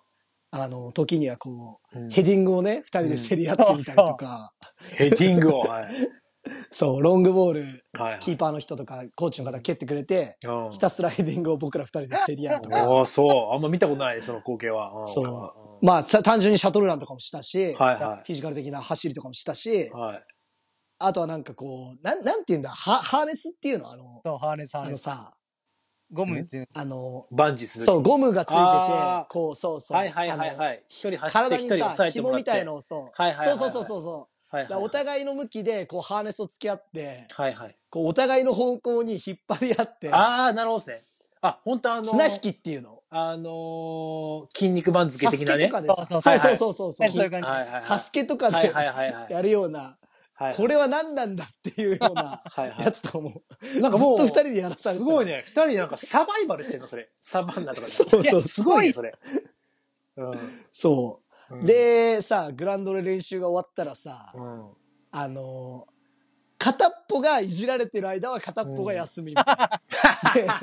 Speaker 3: ー。
Speaker 2: あの、時にはこう、
Speaker 3: うん
Speaker 2: ヘディングをね、2人で競り合ってみたりとか、
Speaker 3: ヘディングを。はい。
Speaker 2: そう、ロングボール、
Speaker 3: はい はい。
Speaker 2: キーパーの人とか、コーチの方蹴ってくれて、
Speaker 3: うん
Speaker 2: ひたすらヘディングを僕ら二人で競り合うとか。
Speaker 3: おーそう。あんま見たことない、その光景は。ん
Speaker 2: そまあ、た単純にシャトルランとかもしたし、
Speaker 3: はいは
Speaker 2: フィジカル的な走りとかもしたし
Speaker 3: い。、はい。
Speaker 2: あとはなんかこう、なん、なんて言うんだ、ハハーネスっていうのあの、
Speaker 5: そう、ハーネス、ハ
Speaker 2: あ
Speaker 5: ー
Speaker 2: の
Speaker 5: ネス。
Speaker 2: さ、
Speaker 5: ゴムについてる
Speaker 2: あの、
Speaker 3: バンジーする。
Speaker 2: そう、ゴムがついてて
Speaker 3: あ、ー
Speaker 2: こう、そうそう。
Speaker 3: はいはいはい
Speaker 2: あの
Speaker 3: はい。一人走って
Speaker 2: 体
Speaker 3: 一
Speaker 2: に
Speaker 3: 人
Speaker 2: さ
Speaker 3: 抑、えても
Speaker 2: 紐
Speaker 3: らっ
Speaker 2: み
Speaker 3: て。
Speaker 2: たいのをそう、
Speaker 3: はいはいはいはい
Speaker 2: そうそうそうそう。
Speaker 3: はい
Speaker 2: だから
Speaker 3: はい。
Speaker 2: お互いの向きで、こう、ハーネスを付き合って、
Speaker 3: はいはい。
Speaker 2: こう、お互いの方向に引っ張り合って、
Speaker 3: ああ、なるほどですね。あ、本当あのー、
Speaker 2: 綱引きっていうの。
Speaker 3: あのー、筋肉番付
Speaker 2: サス
Speaker 3: 的
Speaker 2: ケ
Speaker 3: なね。
Speaker 2: とかでさ、
Speaker 5: そう
Speaker 3: そう
Speaker 2: そうそうそうそう。
Speaker 5: ねそういう感じ。
Speaker 3: はいはいはい。
Speaker 2: サスケとか
Speaker 3: はい
Speaker 2: で
Speaker 3: はいはいはい。
Speaker 2: やるような、
Speaker 3: はい
Speaker 2: これは何なんだっていうような
Speaker 3: はいはい
Speaker 2: やつとかも、
Speaker 3: なんか
Speaker 2: ずっ
Speaker 3: もう、
Speaker 2: と二人でやらされて
Speaker 3: す
Speaker 2: た
Speaker 3: ごい。ね。二人なんかサバイバルしてんの、それ。サバンナとかで。
Speaker 2: そうそう
Speaker 3: いやすごいね、それ。うん
Speaker 2: そ
Speaker 3: うん
Speaker 2: う。、で、さ、グラウンドで練習が終わったらさ
Speaker 3: う、ん。
Speaker 2: あのー、片っぽがいじられてる間は片っぽが休みみたい な。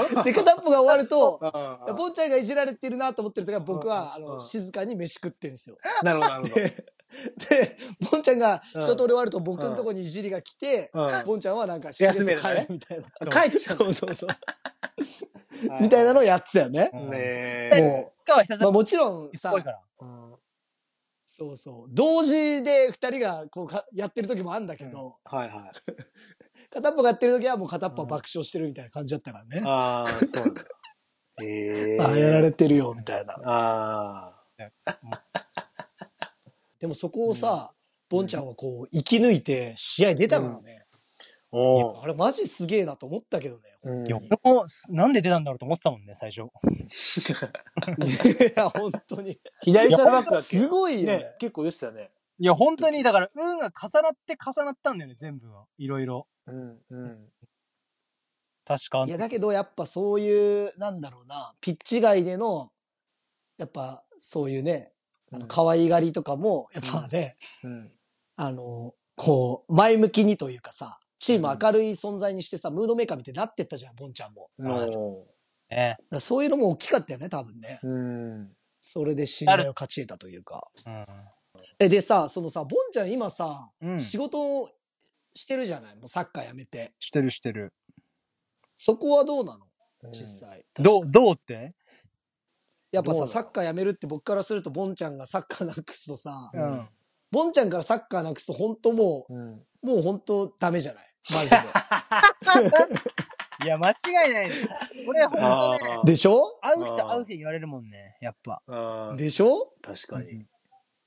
Speaker 2: で、で片っぽが終わると、
Speaker 3: あ
Speaker 2: ボンちゃんがいじられてるなと思ってる時は僕は、あ
Speaker 3: うん
Speaker 2: の、静かに飯食ってんすよ。
Speaker 3: あなるほど、な るほど。
Speaker 2: で、ボンちゃんが
Speaker 3: うん
Speaker 2: 一通り終わると僕のとこにいじりが来て、
Speaker 3: うん
Speaker 2: ボンちゃんはなんか、
Speaker 3: 休める
Speaker 2: る
Speaker 3: んだね
Speaker 2: 帰るみたいな。
Speaker 3: 帰っちゃう
Speaker 2: そうそうそう。みたいなのをやってたよね。
Speaker 3: ねえ。
Speaker 2: も
Speaker 5: しかはひた
Speaker 2: う、
Speaker 5: す
Speaker 2: ま
Speaker 5: ら
Speaker 2: あ、もちろん
Speaker 5: す
Speaker 2: さ
Speaker 5: ごい、から。
Speaker 3: うんは
Speaker 2: そうそう。同時で二人がこうかやってる時もあんだけど、
Speaker 3: いはい。
Speaker 2: 片っぽがやってる時はもう片っぽは爆笑してるみたいな感じだったからね。
Speaker 3: ああ、そうなんだ。ええ。
Speaker 2: ああ、やられてるよ、みたいな。
Speaker 3: ああ。
Speaker 2: でもそこをさ、ボンちゃんはこう、生き抜いて試合出たからね。
Speaker 3: おー
Speaker 2: あれマジすげえなと思ったけどね。
Speaker 3: うん
Speaker 5: いや、俺も、なんで出たんだろうと思ってたもんね、最初。
Speaker 2: いや、本当に。
Speaker 3: 左サイドバックだっ
Speaker 2: すごい
Speaker 3: け
Speaker 2: よ
Speaker 3: ね
Speaker 2: ね。、
Speaker 3: 結構良してたね。
Speaker 5: いや、本当に、だから、運が重なって重なったんだよね、全部は。いろいろ。
Speaker 3: うん、うん。
Speaker 5: 確か。
Speaker 2: いや、だけどやっぱそういう、なんだろうな、ピッチ外での、やっぱそういうね、あの可愛がりとかも、やっぱね、
Speaker 3: うん。
Speaker 2: あの、こう、前向きにというかさ、チーム明るい存在にしてさ、ムードメーカーみたいになってったじゃん、ボンちゃんも。だか
Speaker 3: の
Speaker 5: ね。
Speaker 2: らそういうのも大きかったよね、多分ね。
Speaker 3: うん。
Speaker 2: それで信頼を勝ち得たというか。
Speaker 5: うん。
Speaker 2: え、でさ、そのさ、ボンちゃん今さ、
Speaker 5: うん。
Speaker 2: 仕
Speaker 5: し
Speaker 2: 事をしてるじゃないもうサッカーやめて。
Speaker 5: てるしてる。
Speaker 2: そこはどうなの実際。
Speaker 5: どう、どうって
Speaker 2: やっぱ
Speaker 3: どう
Speaker 2: さ、
Speaker 3: なの
Speaker 2: サッカーやめるって僕からすると、ボンちゃんがサッカーなくすとさ、
Speaker 5: うん。
Speaker 3: ん
Speaker 2: ボンちゃんからサッカーなくすと、本当も
Speaker 3: うん。
Speaker 2: う、もう本当ダメじゃないマジで。
Speaker 5: いや、間違いないです。それ、
Speaker 3: あ
Speaker 5: 本当ね。
Speaker 2: でしょ
Speaker 5: 会う人会う人言われるもんね、やっぱ。
Speaker 3: あ。ああ。
Speaker 2: でしょ
Speaker 3: 確かに。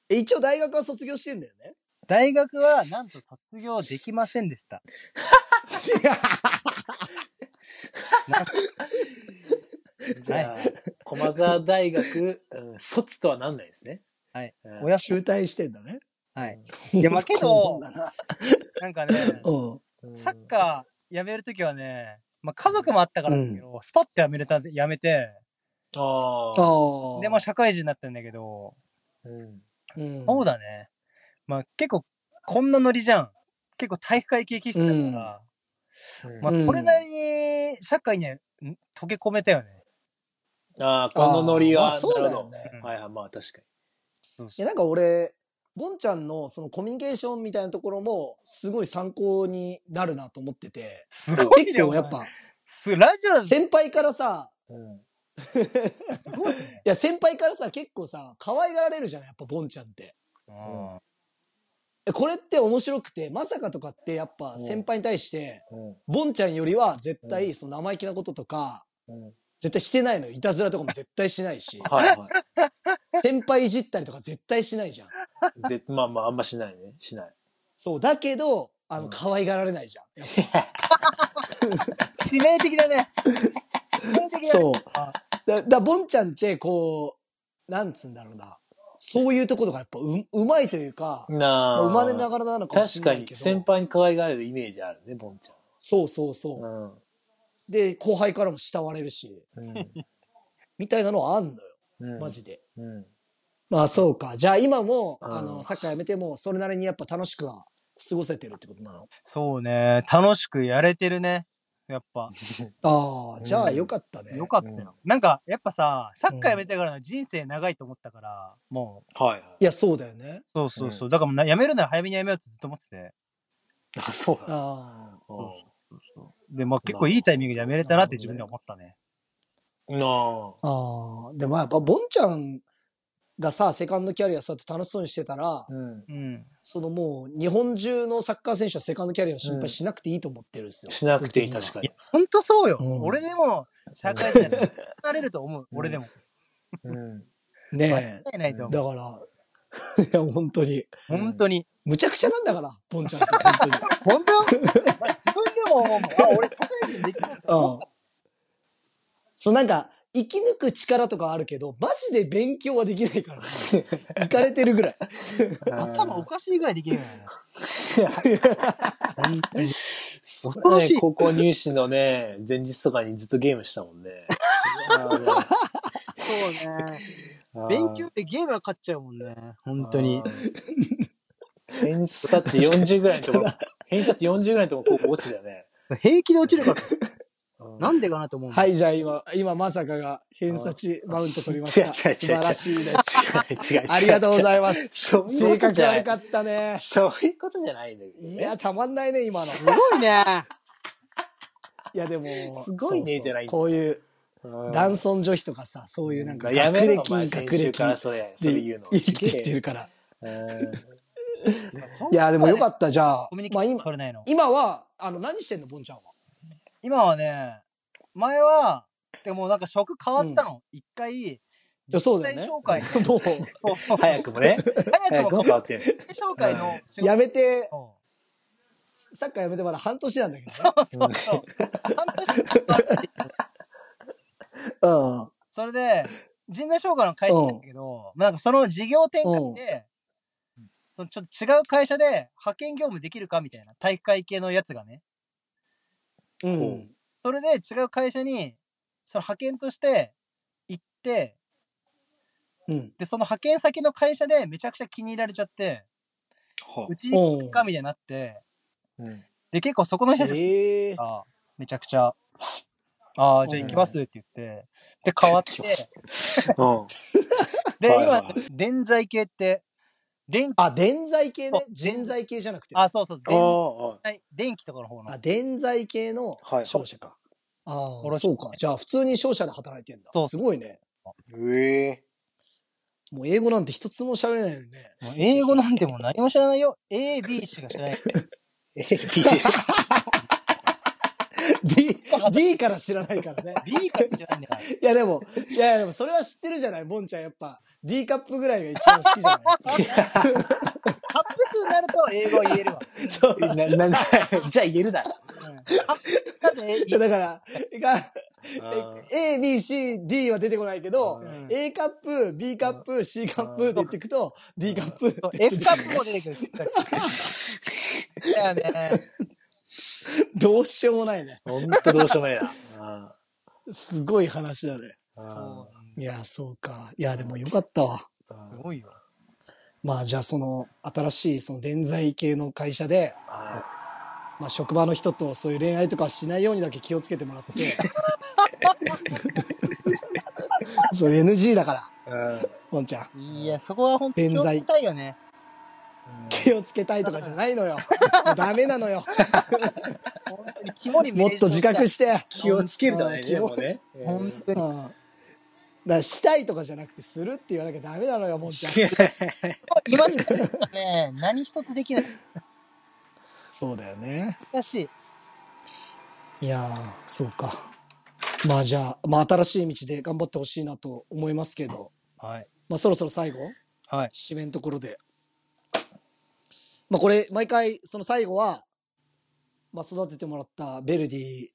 Speaker 2: え一応大学は卒業してんだよね。
Speaker 5: 大学は、なんと卒業できませんでした。
Speaker 3: じゃあ、駒沢大学、うん卒とはなんないですね。
Speaker 5: はい
Speaker 3: うん。
Speaker 5: 親
Speaker 2: 集大してんだね。
Speaker 5: はい。いや、まあ けど、なんかね、
Speaker 2: うん。
Speaker 3: うん
Speaker 5: サッカーやめるときはね、まあ家族もあったからだけど、スパッとやめれた、やめて、
Speaker 3: ああ。
Speaker 2: ああ。
Speaker 5: で、まあ社会人になったんだけど、
Speaker 3: うん。
Speaker 2: うん、
Speaker 5: そうだね。まあ結構、こんなノリじゃん。結構体育会系気質だから、
Speaker 3: うん
Speaker 5: まあこれなりに社会にはん溶け込めたよね。
Speaker 3: ああ、このノリは、
Speaker 2: あーまあそうだよ
Speaker 3: な
Speaker 2: ね。
Speaker 3: るほどはいはい、まあ確か
Speaker 2: いや、なんか俺、ゴンちゃんのそのコミュニケーションみたいなところも、すごい参考になるなと思ってて、
Speaker 5: すごいね。
Speaker 2: 結構やっ
Speaker 5: お前。
Speaker 2: ぱ、
Speaker 5: すラジオだと
Speaker 2: 先輩からさ、
Speaker 3: うん。
Speaker 5: すごいね。
Speaker 2: いや、先輩からさ、結構さ、可愛がられるじゃないやっぱ、ボンちゃんって。
Speaker 5: うん
Speaker 2: えこれって面白くて、まさかとかって、やっぱ、
Speaker 3: ん
Speaker 2: 先輩に対して、
Speaker 3: うん。
Speaker 2: ボンちゃんよりは、絶
Speaker 3: う
Speaker 2: 対、その生意気なこととか、
Speaker 3: うん、
Speaker 2: 絶対してないのよ。いたずらとかも絶対しないし
Speaker 3: はいは
Speaker 2: 先輩いじったりとか絶対しないじゃん。
Speaker 3: い。ぜまあまあ、あんましないね。しない。
Speaker 2: そう、だけど、あ
Speaker 3: う
Speaker 2: の、
Speaker 3: ん
Speaker 2: 可愛がられないじゃん。やっぱ
Speaker 5: 致命的だね。致命的だね。
Speaker 2: そう。だ、だ、ボンちゃんって、こう、なんつうんだろうな。そういうところがやっぱう、うまいというか、
Speaker 3: な
Speaker 2: まあ生まれながらなのかもし
Speaker 3: 確
Speaker 2: れな
Speaker 3: か
Speaker 2: い
Speaker 3: に
Speaker 2: けど。
Speaker 3: 先輩に可愛がられるイメージあるね、ボンち
Speaker 2: そうそうそう
Speaker 3: ゃん。。うん。
Speaker 2: で、後輩からも慕われるし、
Speaker 3: うん。
Speaker 2: みたいなのはあんのよ。
Speaker 3: うん
Speaker 2: マジで。
Speaker 3: うん。
Speaker 2: まあそうか。じゃあ今も、
Speaker 3: うん
Speaker 2: あの、サッカーやめても、それなりにやっぱ楽しくは過ごせてるってことなの。
Speaker 5: そうね。楽しくやれてるね。やっぱ。
Speaker 2: ああ、じゃあ
Speaker 3: うん
Speaker 2: よかったね。
Speaker 5: よかったよ。
Speaker 3: うん
Speaker 5: なんか、やっぱさ、サッカーやめてからの人生長いと思ったから、もう、
Speaker 3: はいはい。
Speaker 2: いや、そうだよね。
Speaker 5: そうそうそう。だからもうな、やめるなら早めにやめようってずっと思ってて。
Speaker 3: あ、そうだ。
Speaker 2: ああ。
Speaker 3: うん
Speaker 5: で、まあ結構いいタイミングでやめれたなって自分で思ったね。
Speaker 3: なあ。
Speaker 2: ああ。でもやっぱ、ボンちゃんがさ、セカンドキャリアそうやって楽しそうにしてたら、
Speaker 3: うん。
Speaker 5: うん。
Speaker 2: そのもう、日本中のサッカー選手はセカンドキャリアの心配しなくていいと思ってるんですよ。
Speaker 3: しなくていい、確かに。
Speaker 5: ほんとそうよ。
Speaker 2: うん
Speaker 5: 俺でも、社会人になれると思う。俺でも。
Speaker 3: うん。
Speaker 2: ねえ。
Speaker 5: 間違いないと
Speaker 2: だか
Speaker 5: 思
Speaker 2: ら、 いや、本当に。
Speaker 5: う。本当に。
Speaker 2: むちゃくちゃなんだから、ボンちゃんって、本当に。
Speaker 5: 本当自分でも思うもん。あ、 俺社会人できるんだ。
Speaker 2: うん。そう、なんか、生き抜く力とかあるけど、マジで勉強はできないから、行かれてるぐらい。
Speaker 5: 頭おかしいぐらいできるよね。
Speaker 3: 恐ろしい。高校入試のね、前日とかにずっとゲームしたも んね。
Speaker 5: そうね。勉強でゲームは勝っちゃうもんね。本当に。。
Speaker 3: 偏差値40ぐらいのところ、 偏差値40ぐらいのところ、高校落ちだよね。
Speaker 5: 平気で落ちるから。
Speaker 3: うん
Speaker 5: なんでかなと思うもん。
Speaker 2: はい、じゃあ今、今まさかが偏差値マウント取りまし
Speaker 3: 違
Speaker 2: た。
Speaker 3: う違う違う
Speaker 2: 素晴らしいです。
Speaker 3: 違う違う違う。
Speaker 2: ありがとうございま。
Speaker 3: ます す。そういう
Speaker 2: 性
Speaker 3: こと
Speaker 2: 格
Speaker 3: じゃな
Speaker 2: 悪
Speaker 3: い。
Speaker 2: かったね。
Speaker 3: そういうことじゃないんだけどね。
Speaker 2: いや、たまんないね、今の。
Speaker 5: すごいね。
Speaker 2: いや、でも、
Speaker 3: すごい
Speaker 2: そう
Speaker 3: ね
Speaker 2: そう
Speaker 3: じゃないんだ
Speaker 2: こういう、
Speaker 3: うん、
Speaker 2: 男尊女卑とかさ、そういうなんか、
Speaker 3: や
Speaker 2: 学
Speaker 3: めろ
Speaker 2: 歴、
Speaker 3: お前
Speaker 2: 学
Speaker 3: 先週
Speaker 2: 歴
Speaker 3: からそれ、それ言う
Speaker 2: で
Speaker 3: の。
Speaker 2: 生きてきてるから。
Speaker 3: う
Speaker 2: いや、でもよかった、じゃあ
Speaker 5: コミュニ。ケ
Speaker 2: まあ
Speaker 5: ーション
Speaker 2: 今
Speaker 5: 取、れないの。
Speaker 2: 今は、あの、何してんの、ボンちゃんは。
Speaker 5: 今はね、前は、でもなんか職変わったの。一回、
Speaker 2: いやそうだよね。
Speaker 5: 紹介。
Speaker 2: もう、
Speaker 3: ん早くもね。
Speaker 5: 早
Speaker 3: 早
Speaker 5: く
Speaker 3: くも
Speaker 5: も
Speaker 3: 変わってる。
Speaker 5: 自己紹介の仕事
Speaker 2: やめて、
Speaker 5: を
Speaker 2: サッカーやめてまだ半年なんだけどね。
Speaker 5: そうそう。半年かかって
Speaker 2: うん。
Speaker 5: それで、人材紹介の会社なんだけど、まあなんかその事業転換で、そのちょっと違う会社で派遣業務できるかみたいな、体育会系のやつがね。
Speaker 2: うん。
Speaker 5: それで違う会社に、その派遣として行って、
Speaker 2: うん。
Speaker 5: で、その派遣先の会社でめちゃくちゃ気に入られちゃって、うちに行くかみたいになって、
Speaker 3: うん
Speaker 5: で、結構そこの人たち
Speaker 2: ええー。
Speaker 5: が、めちゃくちゃ、ああ、じゃあ行きますって言って、で、変わ って、で、
Speaker 3: はい
Speaker 5: 今
Speaker 3: は、
Speaker 5: 電材系って、電気、
Speaker 2: あ、電材系ね
Speaker 5: そ。う
Speaker 2: 人材系じゃなくて。
Speaker 5: あ、そうそう、
Speaker 3: あ
Speaker 5: 電
Speaker 3: あ、はい
Speaker 5: 材、電気とかの方の
Speaker 2: あ、。電材系の
Speaker 3: はい
Speaker 2: 商社か。ああ、
Speaker 5: 卸
Speaker 2: そうか。じゃあ、普通に商社で働いてん
Speaker 5: そ
Speaker 2: だ。
Speaker 5: う
Speaker 2: すごいね。
Speaker 3: ええ。
Speaker 2: もう英語なんて一つも喋れ ないよね。
Speaker 5: もう英語なんてもう何も知らないよ。A、B しか知らない。
Speaker 2: D、D から知らないからね。
Speaker 5: B から知らないんだから。
Speaker 2: いや、でも、いや、でもそれは知ってるじゃない。ボンちゃんやっぱ、D カップぐらいが一番好きじゃない。
Speaker 5: カップ数になると英語言えるわ。
Speaker 2: そう。
Speaker 3: な、な、じゃあ言えるだろ。
Speaker 5: うんカップ数だと英
Speaker 2: いや、
Speaker 5: 語
Speaker 2: だから、が、
Speaker 3: あー
Speaker 2: A, B, C, D は出てこないけど、
Speaker 3: うん
Speaker 2: A カップ、B カップ、C カップって言っていくと、D カップ。
Speaker 5: そう F カップも出てくる。だよね。
Speaker 2: どうしようもないね。
Speaker 3: ほんとどうしようもないな。あ
Speaker 2: すごい話だね。
Speaker 3: ーあ
Speaker 5: そ
Speaker 2: いや、そうか。いや、でもよかったわ。
Speaker 3: ー
Speaker 5: う。すごいよ。
Speaker 2: まあ、じゃあその、新しいその電材系の会社で、
Speaker 3: あ
Speaker 2: まあ、職場の人とそういう恋愛とかしないようにだけ気をつけても らって。それ NG だから、
Speaker 3: ー。
Speaker 2: ボンちゃん。
Speaker 5: いや、そこは本当に
Speaker 2: 電材
Speaker 5: 気をつけたいよね。
Speaker 2: 気をつけたいとかじゃない のよ。ダメなのよ。
Speaker 5: 本当に肝に銘
Speaker 2: もっ
Speaker 5: じて
Speaker 2: と
Speaker 5: おき
Speaker 2: 自
Speaker 5: たい
Speaker 2: 覚して。
Speaker 3: 気をつけるだね、
Speaker 2: 気
Speaker 3: で
Speaker 2: を
Speaker 3: もね。
Speaker 5: 本当
Speaker 2: うん。だ
Speaker 5: に。
Speaker 2: からしたいとかじゃなくて、するって言わなきゃダメなのよ、もんちゃん。
Speaker 5: 今のね、何一つできない。
Speaker 2: そうだよね。
Speaker 5: 難しい。
Speaker 2: いやー、そうか。まあじゃあ、まあ新しい道で頑張ってほしいなと思いますけど、
Speaker 5: はい。
Speaker 2: まあそろそろ最後、
Speaker 5: はい。
Speaker 2: 締めのところで。まあこれ、毎回、その最後は、まあ育ててもらったベルディ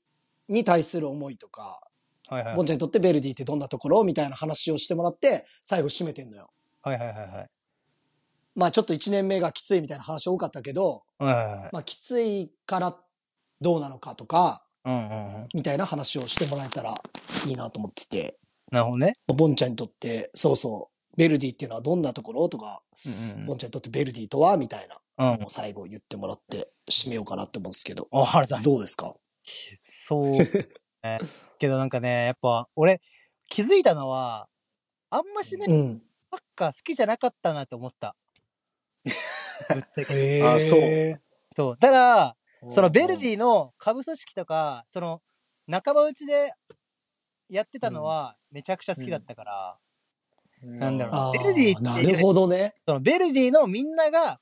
Speaker 2: に対する思いとか、
Speaker 5: はいはい。
Speaker 2: ボンちゃんにとってベルディってどんなところみたいな話をしてもらって、最後締めてんのよ。
Speaker 5: はいはいはいはい。
Speaker 2: まあちょっと1年目がきついみたいな話多かったけど、
Speaker 5: はいはい。
Speaker 2: まあきついからどうなのかとか、
Speaker 5: うんうんうん。
Speaker 2: みたいな話をしてもらえたらいいなと思ってて、
Speaker 5: なるほどね。
Speaker 2: まあボンちゃんにとって、そうそう、ベルディっていうのはどんなところとか、
Speaker 5: うんうん
Speaker 2: ボンちゃんにとってベルディとはみたいな
Speaker 5: うん。うん
Speaker 2: のを最後言ってもらって締めようかなって思うんですけど、
Speaker 5: あ、原田。
Speaker 2: どうですか
Speaker 5: そう、ね。けどなんかね、やっぱ俺、気づいたのは、あんましね、
Speaker 2: うん。
Speaker 5: サッカー好きじゃなかったなと思った。ぶっちゃけ。
Speaker 2: え
Speaker 3: あそう
Speaker 5: そう。ただ、そのベル
Speaker 3: ィ
Speaker 5: ディの下部組織とか、その仲間内でやってたのはめちゃくちゃ好きだったから、なんだろう
Speaker 2: あー
Speaker 5: ベルディって
Speaker 2: なるほど ね。
Speaker 5: そのベルディのみんなが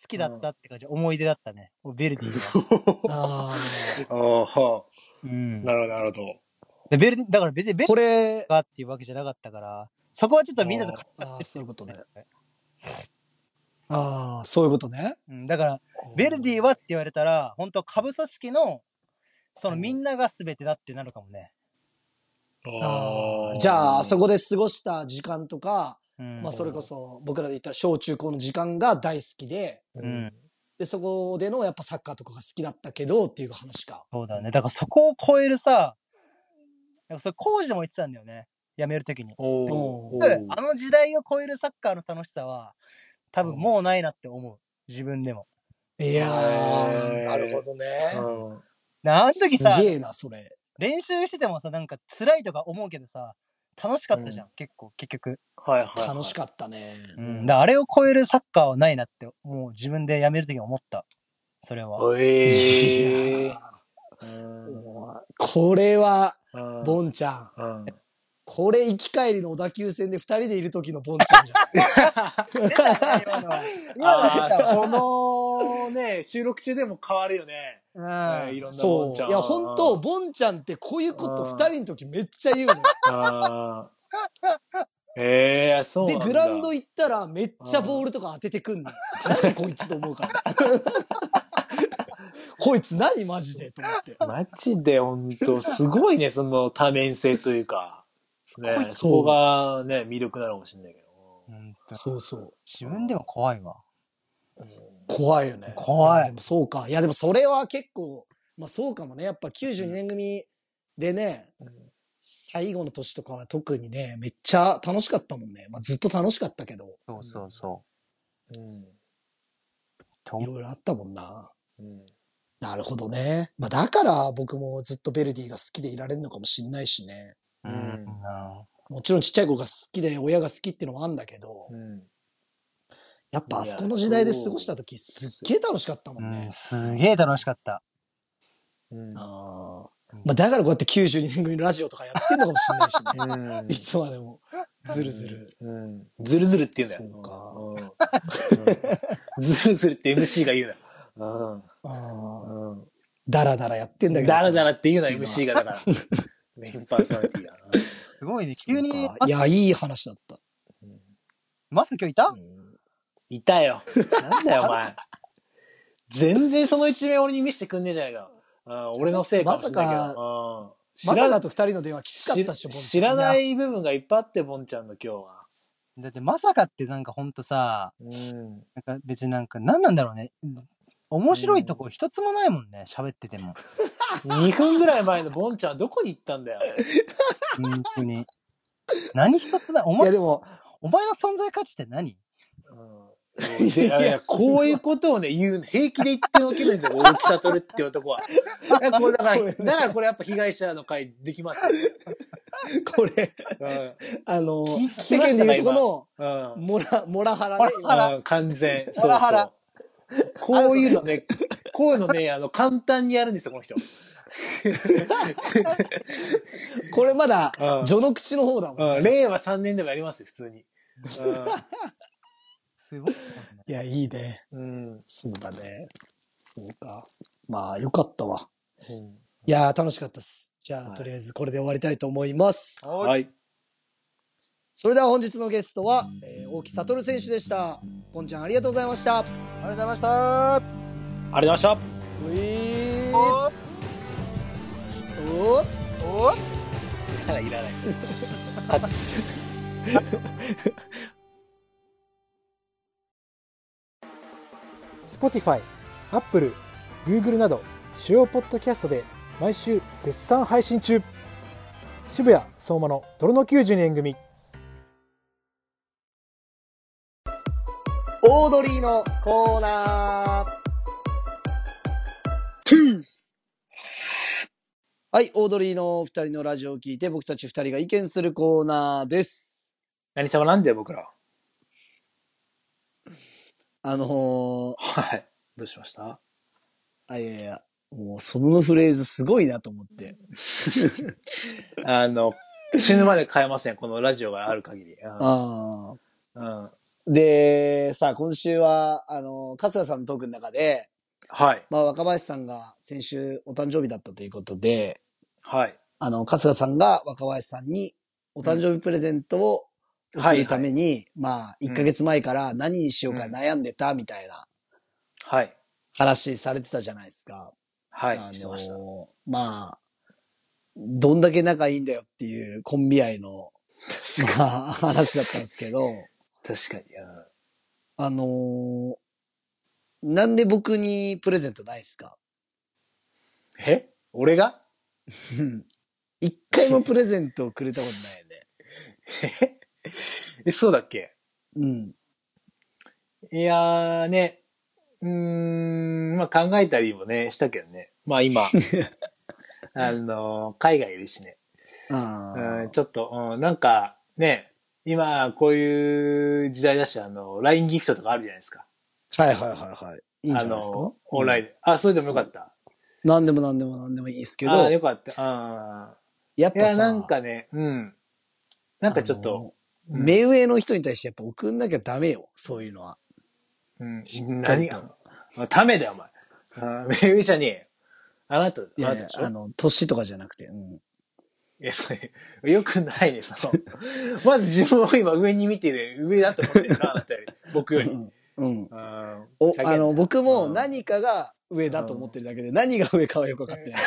Speaker 5: 好きだったって感じ、思い出だったね。ベルディが。
Speaker 2: あ
Speaker 3: ああ、
Speaker 5: うん
Speaker 3: なるほど、なるほど。
Speaker 5: でベルディだから別にベ
Speaker 2: ー
Speaker 5: ルデ
Speaker 2: これ
Speaker 5: ィ、がっていうわけじゃなかったから、そこはちょっとみんなと語って
Speaker 2: あーそういうことね。
Speaker 5: ね。
Speaker 2: ああ、そういうことね。
Speaker 5: うん、だから、ベルディはって言われたら、本当下部組織の、そのみんなが全てだってなるかもね。
Speaker 2: あーじゃあ、あそこで過ごした時間とか、
Speaker 5: うん。
Speaker 2: まあ、それこそ、僕らで言ったら小中高の時間が大好きで、
Speaker 5: うん。
Speaker 2: で、そこでのやっぱサッカーとかが好きだったけどっていう話か。
Speaker 5: そうだね。だからそこを超えるさ、なんかそれ工事も言ってたんだよね。辞めるときに。
Speaker 3: おー
Speaker 2: お
Speaker 3: お
Speaker 5: あ
Speaker 3: ー。
Speaker 5: の時代を超えるサッカーの楽しさは、多分もうないなって思う。自分でも。
Speaker 2: いやー、
Speaker 3: へー
Speaker 2: なるほどね。
Speaker 3: うん
Speaker 5: であの時
Speaker 2: す
Speaker 5: さ、
Speaker 2: げえな、それ。
Speaker 5: 練習しててもさ、なんか辛いとか思うけどさ、楽しかったじゃん。結構、結局。
Speaker 3: はいはいはい。
Speaker 2: 楽しかったね。
Speaker 5: うん。だからあれを超えるサッカーはないなって、もう自分で辞めるときに思った。それは。
Speaker 3: え
Speaker 2: い
Speaker 3: え
Speaker 2: やーこれは、ボンちゃん。
Speaker 3: うん。
Speaker 2: これ、行き帰りの小田急線で二人でいる時のボンちゃんじゃん。
Speaker 5: 今のは今のは
Speaker 3: ああ、このね、収録中でも変わるよね。
Speaker 5: うん
Speaker 3: いろんなボン
Speaker 2: そ
Speaker 3: ちゃ
Speaker 2: う。
Speaker 3: ん。
Speaker 2: いや、本当ボンちゃんってこういうこと二人の時めっちゃ言うのよ。
Speaker 3: あー。ええそう
Speaker 2: で、
Speaker 3: なんだ。
Speaker 2: グラウンド行ったらめっちゃボールとか当ててくんのよ。なんでこいつと思うから。 こいつ何マジでと思って。
Speaker 3: マジで本当すごいね、 その多面性というか。ね、
Speaker 2: い
Speaker 3: そこがね、魅力なのかもしれないけど。
Speaker 5: 本当
Speaker 2: そうそう。
Speaker 5: 自分でも怖いわ。
Speaker 2: 怖いよね。
Speaker 5: 怖い
Speaker 2: やでもそうか。いや、でもそれは結構、まあそうかもね。やっぱ92年組でね、最後の年とかは特にね、めっちゃ楽しかったもんね。まあずっと楽しかったけど、
Speaker 5: そうそうそ
Speaker 3: うん。
Speaker 5: うん
Speaker 2: いろいろあったもんな。
Speaker 3: うん。
Speaker 2: なるほどね。まあだから僕もずっとベルディが好きでいられるのかもしんないしね。
Speaker 5: う。
Speaker 3: うん
Speaker 5: な
Speaker 2: もちろんちっちゃい子が好きで親が好きっていうのもあんだけど、
Speaker 3: うん。
Speaker 2: やっぱあそこの時代で過ごした時すっげえ楽しかったもんね。
Speaker 5: すげえ楽しかった。
Speaker 3: うん。
Speaker 2: ああまあだからこうやって92年組のラジオとかやってんのかもしんないしね。いつまでも、ずるずる。
Speaker 3: うん。ずるずるって言うんだよ。そうか。ずるずるって MC が言うな。うん。うん。
Speaker 2: ダラダラやってんだけど
Speaker 3: だ
Speaker 2: さ。
Speaker 3: らだ
Speaker 2: ラ
Speaker 3: らって言うな、MC がだ から。メインパーソナリティが。
Speaker 5: すごいね。急に、
Speaker 2: い
Speaker 5: ま
Speaker 2: や、いい話だった。
Speaker 5: まさ今日いた
Speaker 3: いたよ。なんだよ、お前。全然その一面俺に見せてくんねえじゃないか。うん、俺のせいかもしれないけ
Speaker 2: まさ
Speaker 3: ど。うん
Speaker 2: ま
Speaker 3: 知
Speaker 2: さ
Speaker 3: ら
Speaker 2: かと二人の電話きつかったっしょ、
Speaker 3: 知知らない部分がいっぱいあって、ボンちゃんの今日は。
Speaker 5: だってまさかってなんかほんとさ、
Speaker 3: うん。
Speaker 5: なんか別になんか何なんだろうね。面白いとこ一つもないもんね、喋って ても。
Speaker 3: 2分ぐらい前のボンちゃんどこに行ったんだよ。
Speaker 5: 本当に。何一つない。お
Speaker 2: いや、
Speaker 5: 前、
Speaker 2: でも、
Speaker 5: お前の存在価値って何
Speaker 3: うん でいやいやこういうことをね、言う、平気で言ってのけるんですよ、大木悟っていう男は。いやこれだから、だからこれやっぱ被害者の会できますよ、
Speaker 2: これ、あの
Speaker 3: 聞、き
Speaker 2: 世
Speaker 3: ま
Speaker 2: 間
Speaker 3: し
Speaker 2: で
Speaker 3: たか
Speaker 2: いうとこの、
Speaker 3: うん。うん。
Speaker 2: モラ、モラハラね。
Speaker 5: モラハラ
Speaker 3: うん完 全。そう
Speaker 5: モラハ
Speaker 3: そ
Speaker 5: ラ
Speaker 3: う。こういうのね、 こういうのね、あの、簡単にやるんですよ、この人。
Speaker 2: これまだ
Speaker 3: う、ん
Speaker 2: 序の口の方だもん。
Speaker 3: うん。令和3年でもやりますよ、普通に。
Speaker 5: すごい。
Speaker 2: いや、いいね。
Speaker 3: うん。うん。
Speaker 2: そうだね。そうか。まあ、よかったわ。
Speaker 3: うん
Speaker 2: いやー、楽しかったっす。じゃあ、
Speaker 3: はい
Speaker 2: とりあえずこれで終わりたいと思います。
Speaker 3: はい。
Speaker 2: それでは本日のゲストは、えー大木悟選手でした。ポンちゃん、ありがとうございました。
Speaker 5: ありがとうございました。
Speaker 3: ありがとうございま した。
Speaker 2: ういー
Speaker 5: お
Speaker 2: おー
Speaker 5: お
Speaker 3: いらない、いらない。カット
Speaker 1: オードリーのコーナ
Speaker 2: はい、オードリーのお二人のラジオを聞いて、僕たち二人が意見するコーナーです。
Speaker 3: 何様なんだよ、僕ら。
Speaker 2: あのー、
Speaker 3: はい。どうしました
Speaker 2: あ、いやいや、もうそのフレーズすごいなと思って。
Speaker 3: あの、死ぬまで変えません、このラジオがある限り。
Speaker 2: ああ。
Speaker 3: うん。うん
Speaker 2: で、さあ、今週は、あの、春日さんのトークの中で、
Speaker 3: はい。
Speaker 2: まあ、若林さんが先週お誕生日だったということで、
Speaker 3: はい。
Speaker 2: あの、春日さんが若林さんにお誕生日プレゼントを送
Speaker 3: はいは
Speaker 2: る
Speaker 3: い
Speaker 2: ために、まあ、
Speaker 3: うん
Speaker 2: 1ヶ月前から何にしようか悩んでたみたいな
Speaker 3: はい。
Speaker 2: 話されてたじゃないですか。
Speaker 3: はい。して
Speaker 2: あ
Speaker 3: ました。
Speaker 2: の、まあ、どんだけ仲いいんだよっていうコンビ愛 の、まあ話だったんですけど、
Speaker 3: 確かに。うん
Speaker 2: あのーなんで僕にプレゼントないですか
Speaker 3: え俺が
Speaker 2: 一回もプレゼントをくれたことないよね。
Speaker 3: え、そうだっけ
Speaker 2: うん。
Speaker 3: いやーね、うーん、まあ考えたりもね、したけどね。ま あ今、あのー、海外いるしね。
Speaker 2: あー
Speaker 3: うん、ちょっと、うん、なんかね、今こういう時代だし、あの、LINE ギフトとかあるじゃないですか。
Speaker 2: はいはいはいはい。いいんじゃないです
Speaker 3: あ
Speaker 2: か
Speaker 3: の、オンラインで。あ、それでもよかった。
Speaker 2: 何でも何でも何でもいいですけ
Speaker 3: あ
Speaker 2: ど
Speaker 3: ー、よかった。あ
Speaker 2: やっ
Speaker 3: ーい
Speaker 2: ぱ
Speaker 3: や、
Speaker 2: さ、
Speaker 3: なんかね、うん。なんかちょっ
Speaker 2: あ
Speaker 3: と
Speaker 2: の、
Speaker 3: うん
Speaker 2: 目上の人に対してやっぱ送んなきゃダメよ、そういうのは。
Speaker 3: うん
Speaker 2: しっ、か
Speaker 3: 何
Speaker 2: りと
Speaker 3: が、ためだよ、お前。あー目上者に、あなた、
Speaker 2: い
Speaker 3: あ
Speaker 2: やい
Speaker 3: なた
Speaker 2: や
Speaker 3: で、しょ
Speaker 2: あの、年とかじゃなくて、うん。
Speaker 3: いや、それ、よくないね、その。まず自分を今上に見てる、上だと思ってるな、あなたよ り僕より。うん。
Speaker 2: うん。
Speaker 3: あ
Speaker 2: お、あの、僕も
Speaker 3: うん
Speaker 2: 何かが上だと思ってるだけで、何が上かはよくわかってない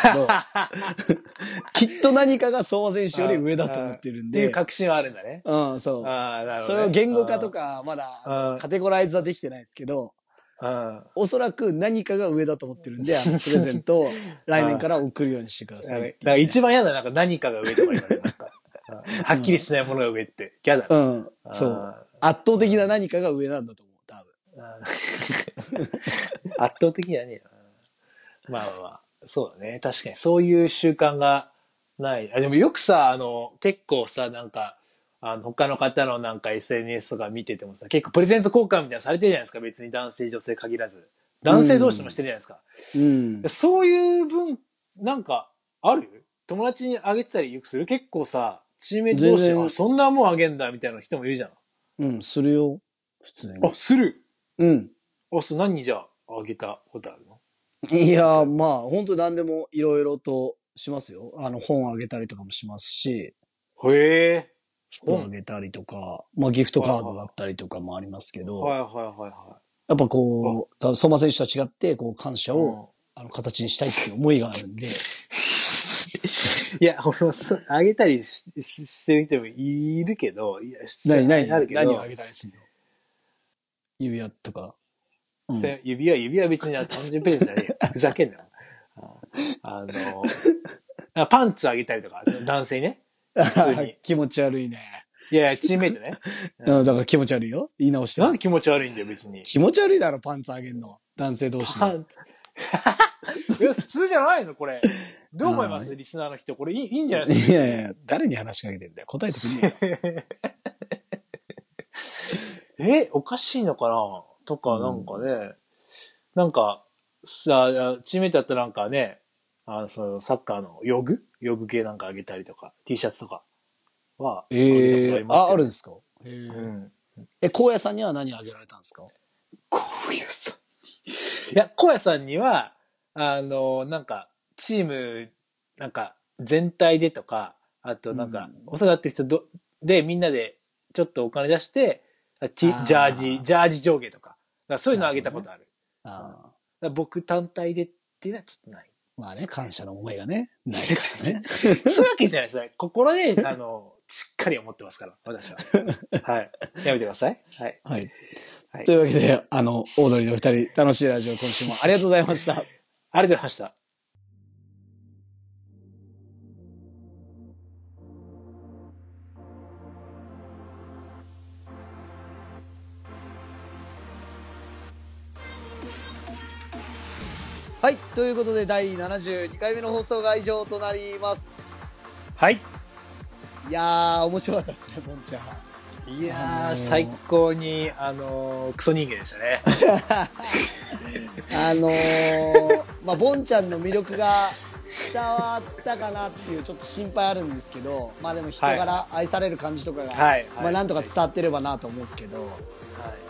Speaker 2: けど、 きっと何かが相馬選手より上だと思ってるん
Speaker 3: ってい
Speaker 2: で
Speaker 3: う、確信はあるんだね。
Speaker 2: うん、そう。
Speaker 3: ああ、なるほど、ね。
Speaker 2: それを言語化とか、ま
Speaker 3: う
Speaker 2: だ、
Speaker 3: ん。
Speaker 2: カテゴライズはできてないですけど、
Speaker 3: うん。うん。
Speaker 2: おそらく何かが上だと思ってるん で、あのプレゼントを来年から送るようにしてくださ
Speaker 3: なんか
Speaker 2: い。
Speaker 3: なんか一番嫌だ、なんか何かが上とか言われる。なんかうんはっきりしないものが上って嫌だ
Speaker 2: う
Speaker 3: な。
Speaker 2: ん、そう。圧倒的な何かが上なんだと思う、多分。
Speaker 3: あー。あー 圧倒的だね。うんまあまあまあ、そうだね。確かにそういう習慣がない。あでもよくさ、あの、結構さ、なんか、あの他の方のなんか SNS とか見ててもさ、結構プレゼント交換みたいなのされてるじゃないですか。別に男性、女性限らず。男性同士でもしてるじゃないですか。
Speaker 2: うん。
Speaker 3: そういう分、なんか、ある友達にあげてたりよくする結構さ、チームメイト同士で
Speaker 2: 全然
Speaker 3: あ、そんなもんあげんだみたいな人もいるじゃん。
Speaker 2: うん、するよ。普通に
Speaker 3: あ、。する
Speaker 2: うん。
Speaker 3: あ、そう、何じゃあ、あげたことあるの
Speaker 2: いやー、まあ、本当何でもいろいろとしますよ。あの、本あげたりとかもしますし、
Speaker 3: へえ。
Speaker 2: 本あげたりとか、まあ、ギフトカードだったりとかもありますけど、
Speaker 3: はい
Speaker 2: や
Speaker 3: はいはいは
Speaker 2: っぱこう、多分相馬選手とは違って、こう、感謝
Speaker 3: い。
Speaker 2: を、あの、形にしたいっていう思いがあるんで、
Speaker 3: いや、俺もそうあげたりしししてる人もいるけど、いや、し
Speaker 2: 何、何、
Speaker 3: あるけど
Speaker 2: 何をあげたりするの指輪と か。うん
Speaker 3: せ指輪、指輪別にあ誕生日プレゼントじゃね えよ。ふざけんなよ。ああの、あパンツあげたりとか、男性ね。普通に
Speaker 2: 気持ち悪いね。
Speaker 3: いやいや、チームメイトね。
Speaker 2: うん、だから気持ち悪いよ。言い直して
Speaker 3: なんで気持ち悪いんだよ、別に。
Speaker 2: 気持ち悪いだろ、パンツあげんの。男性同士で。
Speaker 3: いや普通じゃないのこれ。どう思いますリスナーの人。これいいいいんじゃないです
Speaker 2: いやいや、誰に話しかけてんだよ。答えてくれよ。
Speaker 3: かえ、おかしいのかなとか、なんかね、なんか、さ、チームメイトだったらなんかね、あの、その、サッカーの用具用具系なんかあげたりとか、T シャツとかは、
Speaker 2: ええあ、あるん
Speaker 3: ん
Speaker 2: ですか
Speaker 3: うん。
Speaker 2: え、荒野さんには何あげられたんですか
Speaker 3: 荒野さんに。いや、荒野さんには、あの、なんか、チーム、なんか、全体でとか、あとなんか、お世話になってる人ど、で、みんなで、ちょっとお金出して、あち
Speaker 2: あー
Speaker 3: ジャージ、ジャージ上下とか、だからそういうのあげたことある。
Speaker 2: ああ。
Speaker 3: だから僕単体でっていうのはちょっとない。
Speaker 2: まあね、感謝の思いがね、ないですよね。
Speaker 3: そういうわけじゃないですね。心で、あの、しっかり思ってますから、私は。はい。やめてください。 はい。
Speaker 2: はい
Speaker 3: は。い
Speaker 2: というわけで、あの、オードリーのお二人、楽しいラジオ、今週もありがとうございま した。
Speaker 3: ありがとうございました。
Speaker 2: はい。ということで、第72回目の放送が以上となります。
Speaker 3: はい。
Speaker 2: いやー、面白かったですね、ポンちゃん。
Speaker 3: いやー、
Speaker 2: あのー
Speaker 3: 最高に、あのークソ人間でしたね。
Speaker 2: あの ー、まあ、ボンちゃんの魅力が伝わったかなっていうちょっと心配あるんですけど、まあでも人柄愛される感じとかが、
Speaker 3: はい。
Speaker 2: まあなんとか伝わってればなと思うんですけど、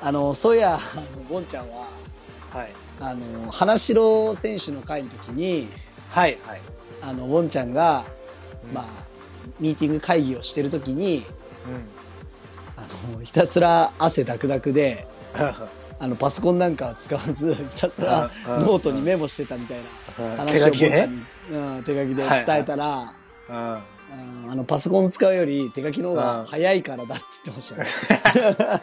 Speaker 2: あの、そういや、あのボンちゃんは、
Speaker 3: はい。はい。
Speaker 2: あの、花城選手の会の時に、
Speaker 3: はい。はい。
Speaker 2: あの、ボンちゃんが、
Speaker 3: うん
Speaker 2: まあ、ミーティング会議をしてる時に、
Speaker 3: うん。
Speaker 2: あの、ひたすら汗だくだくで、
Speaker 3: あ
Speaker 2: あの、パソコンなんかは使わず、 ひたすら ノートにメモしてたみたいな。
Speaker 3: 手
Speaker 2: 話を
Speaker 3: 書
Speaker 2: ボン
Speaker 3: き
Speaker 2: ちゃ
Speaker 3: ね
Speaker 2: ん。に、うん、手書きで伝えたら、
Speaker 3: うん
Speaker 2: うんあのパソコン使うより手書きの方が早いからだって言ってましたね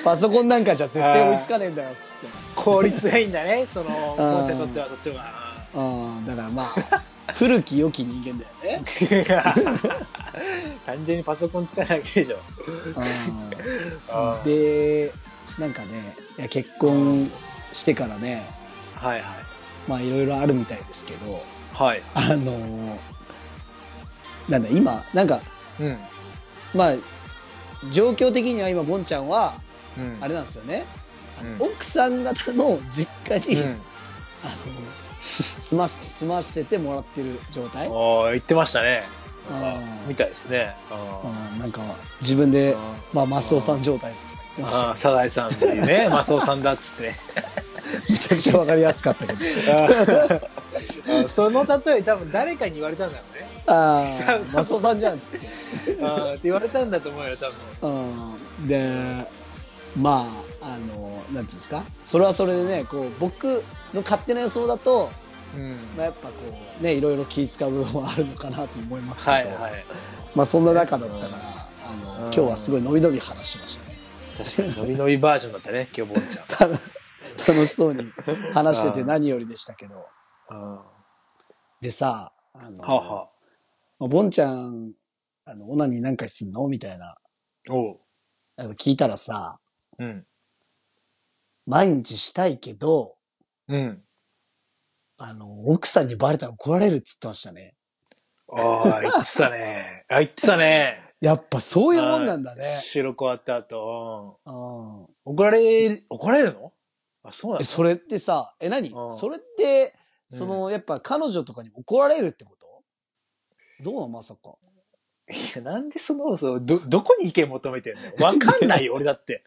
Speaker 2: パソコンなんかじゃ絶対追いつかねえんだよっつって、
Speaker 3: 効率がいいんだね。その、も
Speaker 2: うん
Speaker 3: うちゃんにとってはそっちの方が。
Speaker 2: うん、だからまあ古き良き人間だよね、
Speaker 3: 単純にパソコン使わないわけでしょ。
Speaker 2: うん、でなんかねいや結婚してからね
Speaker 3: はいはい。
Speaker 2: まあいろいろあるみたいですけど
Speaker 3: はい。
Speaker 2: あのーなんだ今なんか
Speaker 3: うん。
Speaker 2: まあ状況的には今ボンちゃんは
Speaker 3: うん
Speaker 2: あれなんですよね、あの
Speaker 3: うん
Speaker 2: 奥さん方の実家に、
Speaker 3: うん
Speaker 2: あの住まし住ましててもらってる状態、う
Speaker 3: ああ、言ってましたね。なん
Speaker 2: あ
Speaker 3: か
Speaker 2: ー
Speaker 3: みたいですね。あ
Speaker 2: ん、なんか自分で、
Speaker 3: ー
Speaker 2: まあ、マスオさん状態だとか言ってました
Speaker 3: あー、サザエさんってい うね、マスオさんだっつってね。
Speaker 2: めちゃくちゃわかりやすかったけど
Speaker 3: あーその例え多分誰かに言われたんだろうね。
Speaker 2: ああマスオさんじゃんっつって、
Speaker 3: あーって言われたんだと思うよ、多分。
Speaker 2: うん、でまああのなんていうんですかそれはそれでねこう僕の勝手な予想だと、
Speaker 3: うん
Speaker 2: まあ、やっぱこうねいろいろ気使う部分はあるのかなと思いますけど、
Speaker 3: はいはい。
Speaker 2: まあそんな中だったから、あの、
Speaker 3: う
Speaker 2: 今
Speaker 3: ん
Speaker 2: 日はすごい伸び伸び話しましたね。
Speaker 3: 確かに、伸び伸びバージョンだったね、今日、ボンち
Speaker 2: た楽しそうに話してて
Speaker 3: うん
Speaker 2: 何よりでしたけど。
Speaker 3: ゃん。うんは
Speaker 2: でさ、あの、
Speaker 3: あは
Speaker 2: まあボンちゃん、あの、オナニー何回すんのみたいな、
Speaker 3: あ。おう。
Speaker 2: あの聞いたらさ、
Speaker 3: うん。
Speaker 2: 毎日したいけど、
Speaker 3: うん。
Speaker 2: あの、奥さんにバレたら怒られるっつってましたね。
Speaker 3: ああ、言ってたね。あ、言ってたね。
Speaker 2: やっぱそういうもんなんだね。
Speaker 3: 収録終わった後。
Speaker 2: うん
Speaker 3: うん怒られる、怒られるのあ、そうなん
Speaker 2: え
Speaker 3: だ。
Speaker 2: それってさ、え、何
Speaker 3: うん
Speaker 2: それって、その、やっぱ彼女とかに怒られるってことどうなのまさか。
Speaker 3: いやなんでその、そうど、どこに意見求めてんのわか んないよ、俺だって。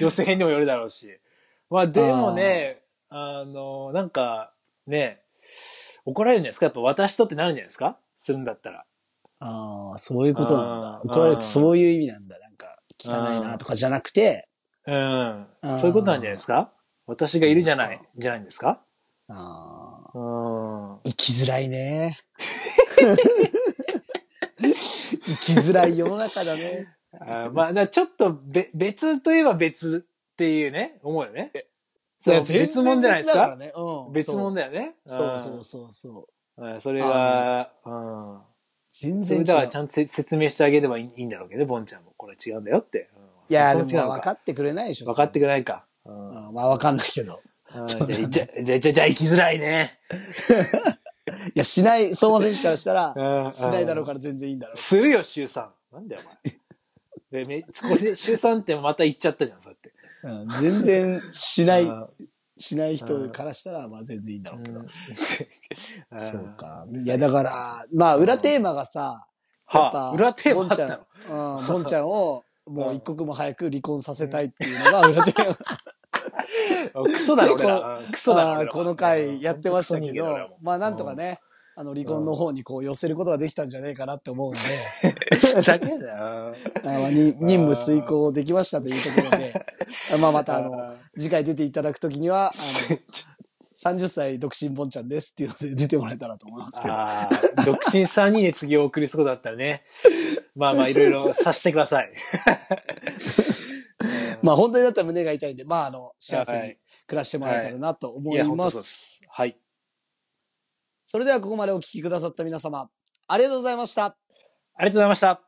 Speaker 3: 女性にもよるだろうし。まあ、でもね、あの、なんか、ね、怒られるんじゃないですかやっぱ私とってなるんじゃないですかするんだったら。
Speaker 2: ああ、そういうことなんだ。
Speaker 3: あー
Speaker 2: 怒られるって
Speaker 3: あー
Speaker 2: そういう意味なんだ。なんか、汚いなとかじゃなくて、
Speaker 3: うん
Speaker 2: あー。
Speaker 3: そういうことなんじゃないですか私がいるじゃない
Speaker 2: そう、
Speaker 3: じゃないんですか
Speaker 2: ああ、
Speaker 3: うん。
Speaker 2: 生きづらい ね。生きづらい世の中だね。
Speaker 3: あーまあ、だからちょっとべ別といえば別っていうね、思うよね。そう別物じゃないですか
Speaker 2: ね、うん、
Speaker 3: 別物だよね。
Speaker 2: そうそうそうそうそう。
Speaker 3: うん。うんそれは、うん。
Speaker 2: 全
Speaker 3: そ
Speaker 2: 然違
Speaker 3: れ
Speaker 2: う。
Speaker 3: だからちゃんとせ説明してあげればいいいいんだろうけどね、ボンちゃんも。これ違うんだよって。うん
Speaker 2: いや、
Speaker 3: そ
Speaker 2: で
Speaker 3: う
Speaker 2: も
Speaker 3: 違うの
Speaker 2: 分かってくれないでしょ。
Speaker 3: 分かってくれないか。う
Speaker 2: そ
Speaker 3: ん
Speaker 2: んなうんまあ分かんないけど。
Speaker 3: うんじゃあ、じゃあ、じゃあ、じゃあ、じゃあ行きづらいね。
Speaker 2: いや、しない、相馬選手からした ら、
Speaker 3: ん
Speaker 2: しないだろうから全然いいんだろう。
Speaker 3: するよ、週3。なんだよ、お前。で、め、これで、週3ってまた行っちゃったじゃん、そうやって。
Speaker 2: うん全然しない、
Speaker 3: うん
Speaker 2: しない人からしたら、まあ全然いいんだろうけど。
Speaker 3: うん
Speaker 2: そうか。いや、だから、まあ裏テーマがさ、やっぱ
Speaker 3: はあ、裏テーマあ
Speaker 2: ボ
Speaker 3: っ
Speaker 2: ンちゃ
Speaker 3: た
Speaker 2: ん
Speaker 3: の。
Speaker 2: うん、ボンちゃんを、もう一刻も早く離婚させたいっていうのが裏テ ーマ。
Speaker 3: あクソだろ、
Speaker 2: で
Speaker 3: 俺ら。うんクソだろ
Speaker 2: あ
Speaker 3: 俺
Speaker 2: ー
Speaker 3: ら。
Speaker 2: この回やってましたけ
Speaker 3: うんクソ人間だ
Speaker 2: ど
Speaker 3: 俺、
Speaker 2: まあなんとかね、あの離婚の方にこう寄せることができたんじゃねえかなって思うんで、
Speaker 3: らふざけんなよ。
Speaker 2: あーまあに任務遂行できましたというところで、まあまたあの、次回出ていただくときには、あの、30歳独身ボンちゃんですっていうので出てもらえたらと思いますけど。
Speaker 3: ああ、独身3人で次をお送りすることだった らね。まあまあ、いろいろさせてください。
Speaker 2: まあ本当にだったら胸が痛いんで、まああの、幸せ
Speaker 3: は
Speaker 2: に
Speaker 3: い
Speaker 2: 暮らしてもらえたらなと思
Speaker 3: いや
Speaker 2: い
Speaker 3: 本
Speaker 2: ま
Speaker 3: 当
Speaker 2: す。
Speaker 3: そうです。はい。
Speaker 2: それではここまでお聞きくださった皆様、ありがとうございました。
Speaker 3: ありがとうございました。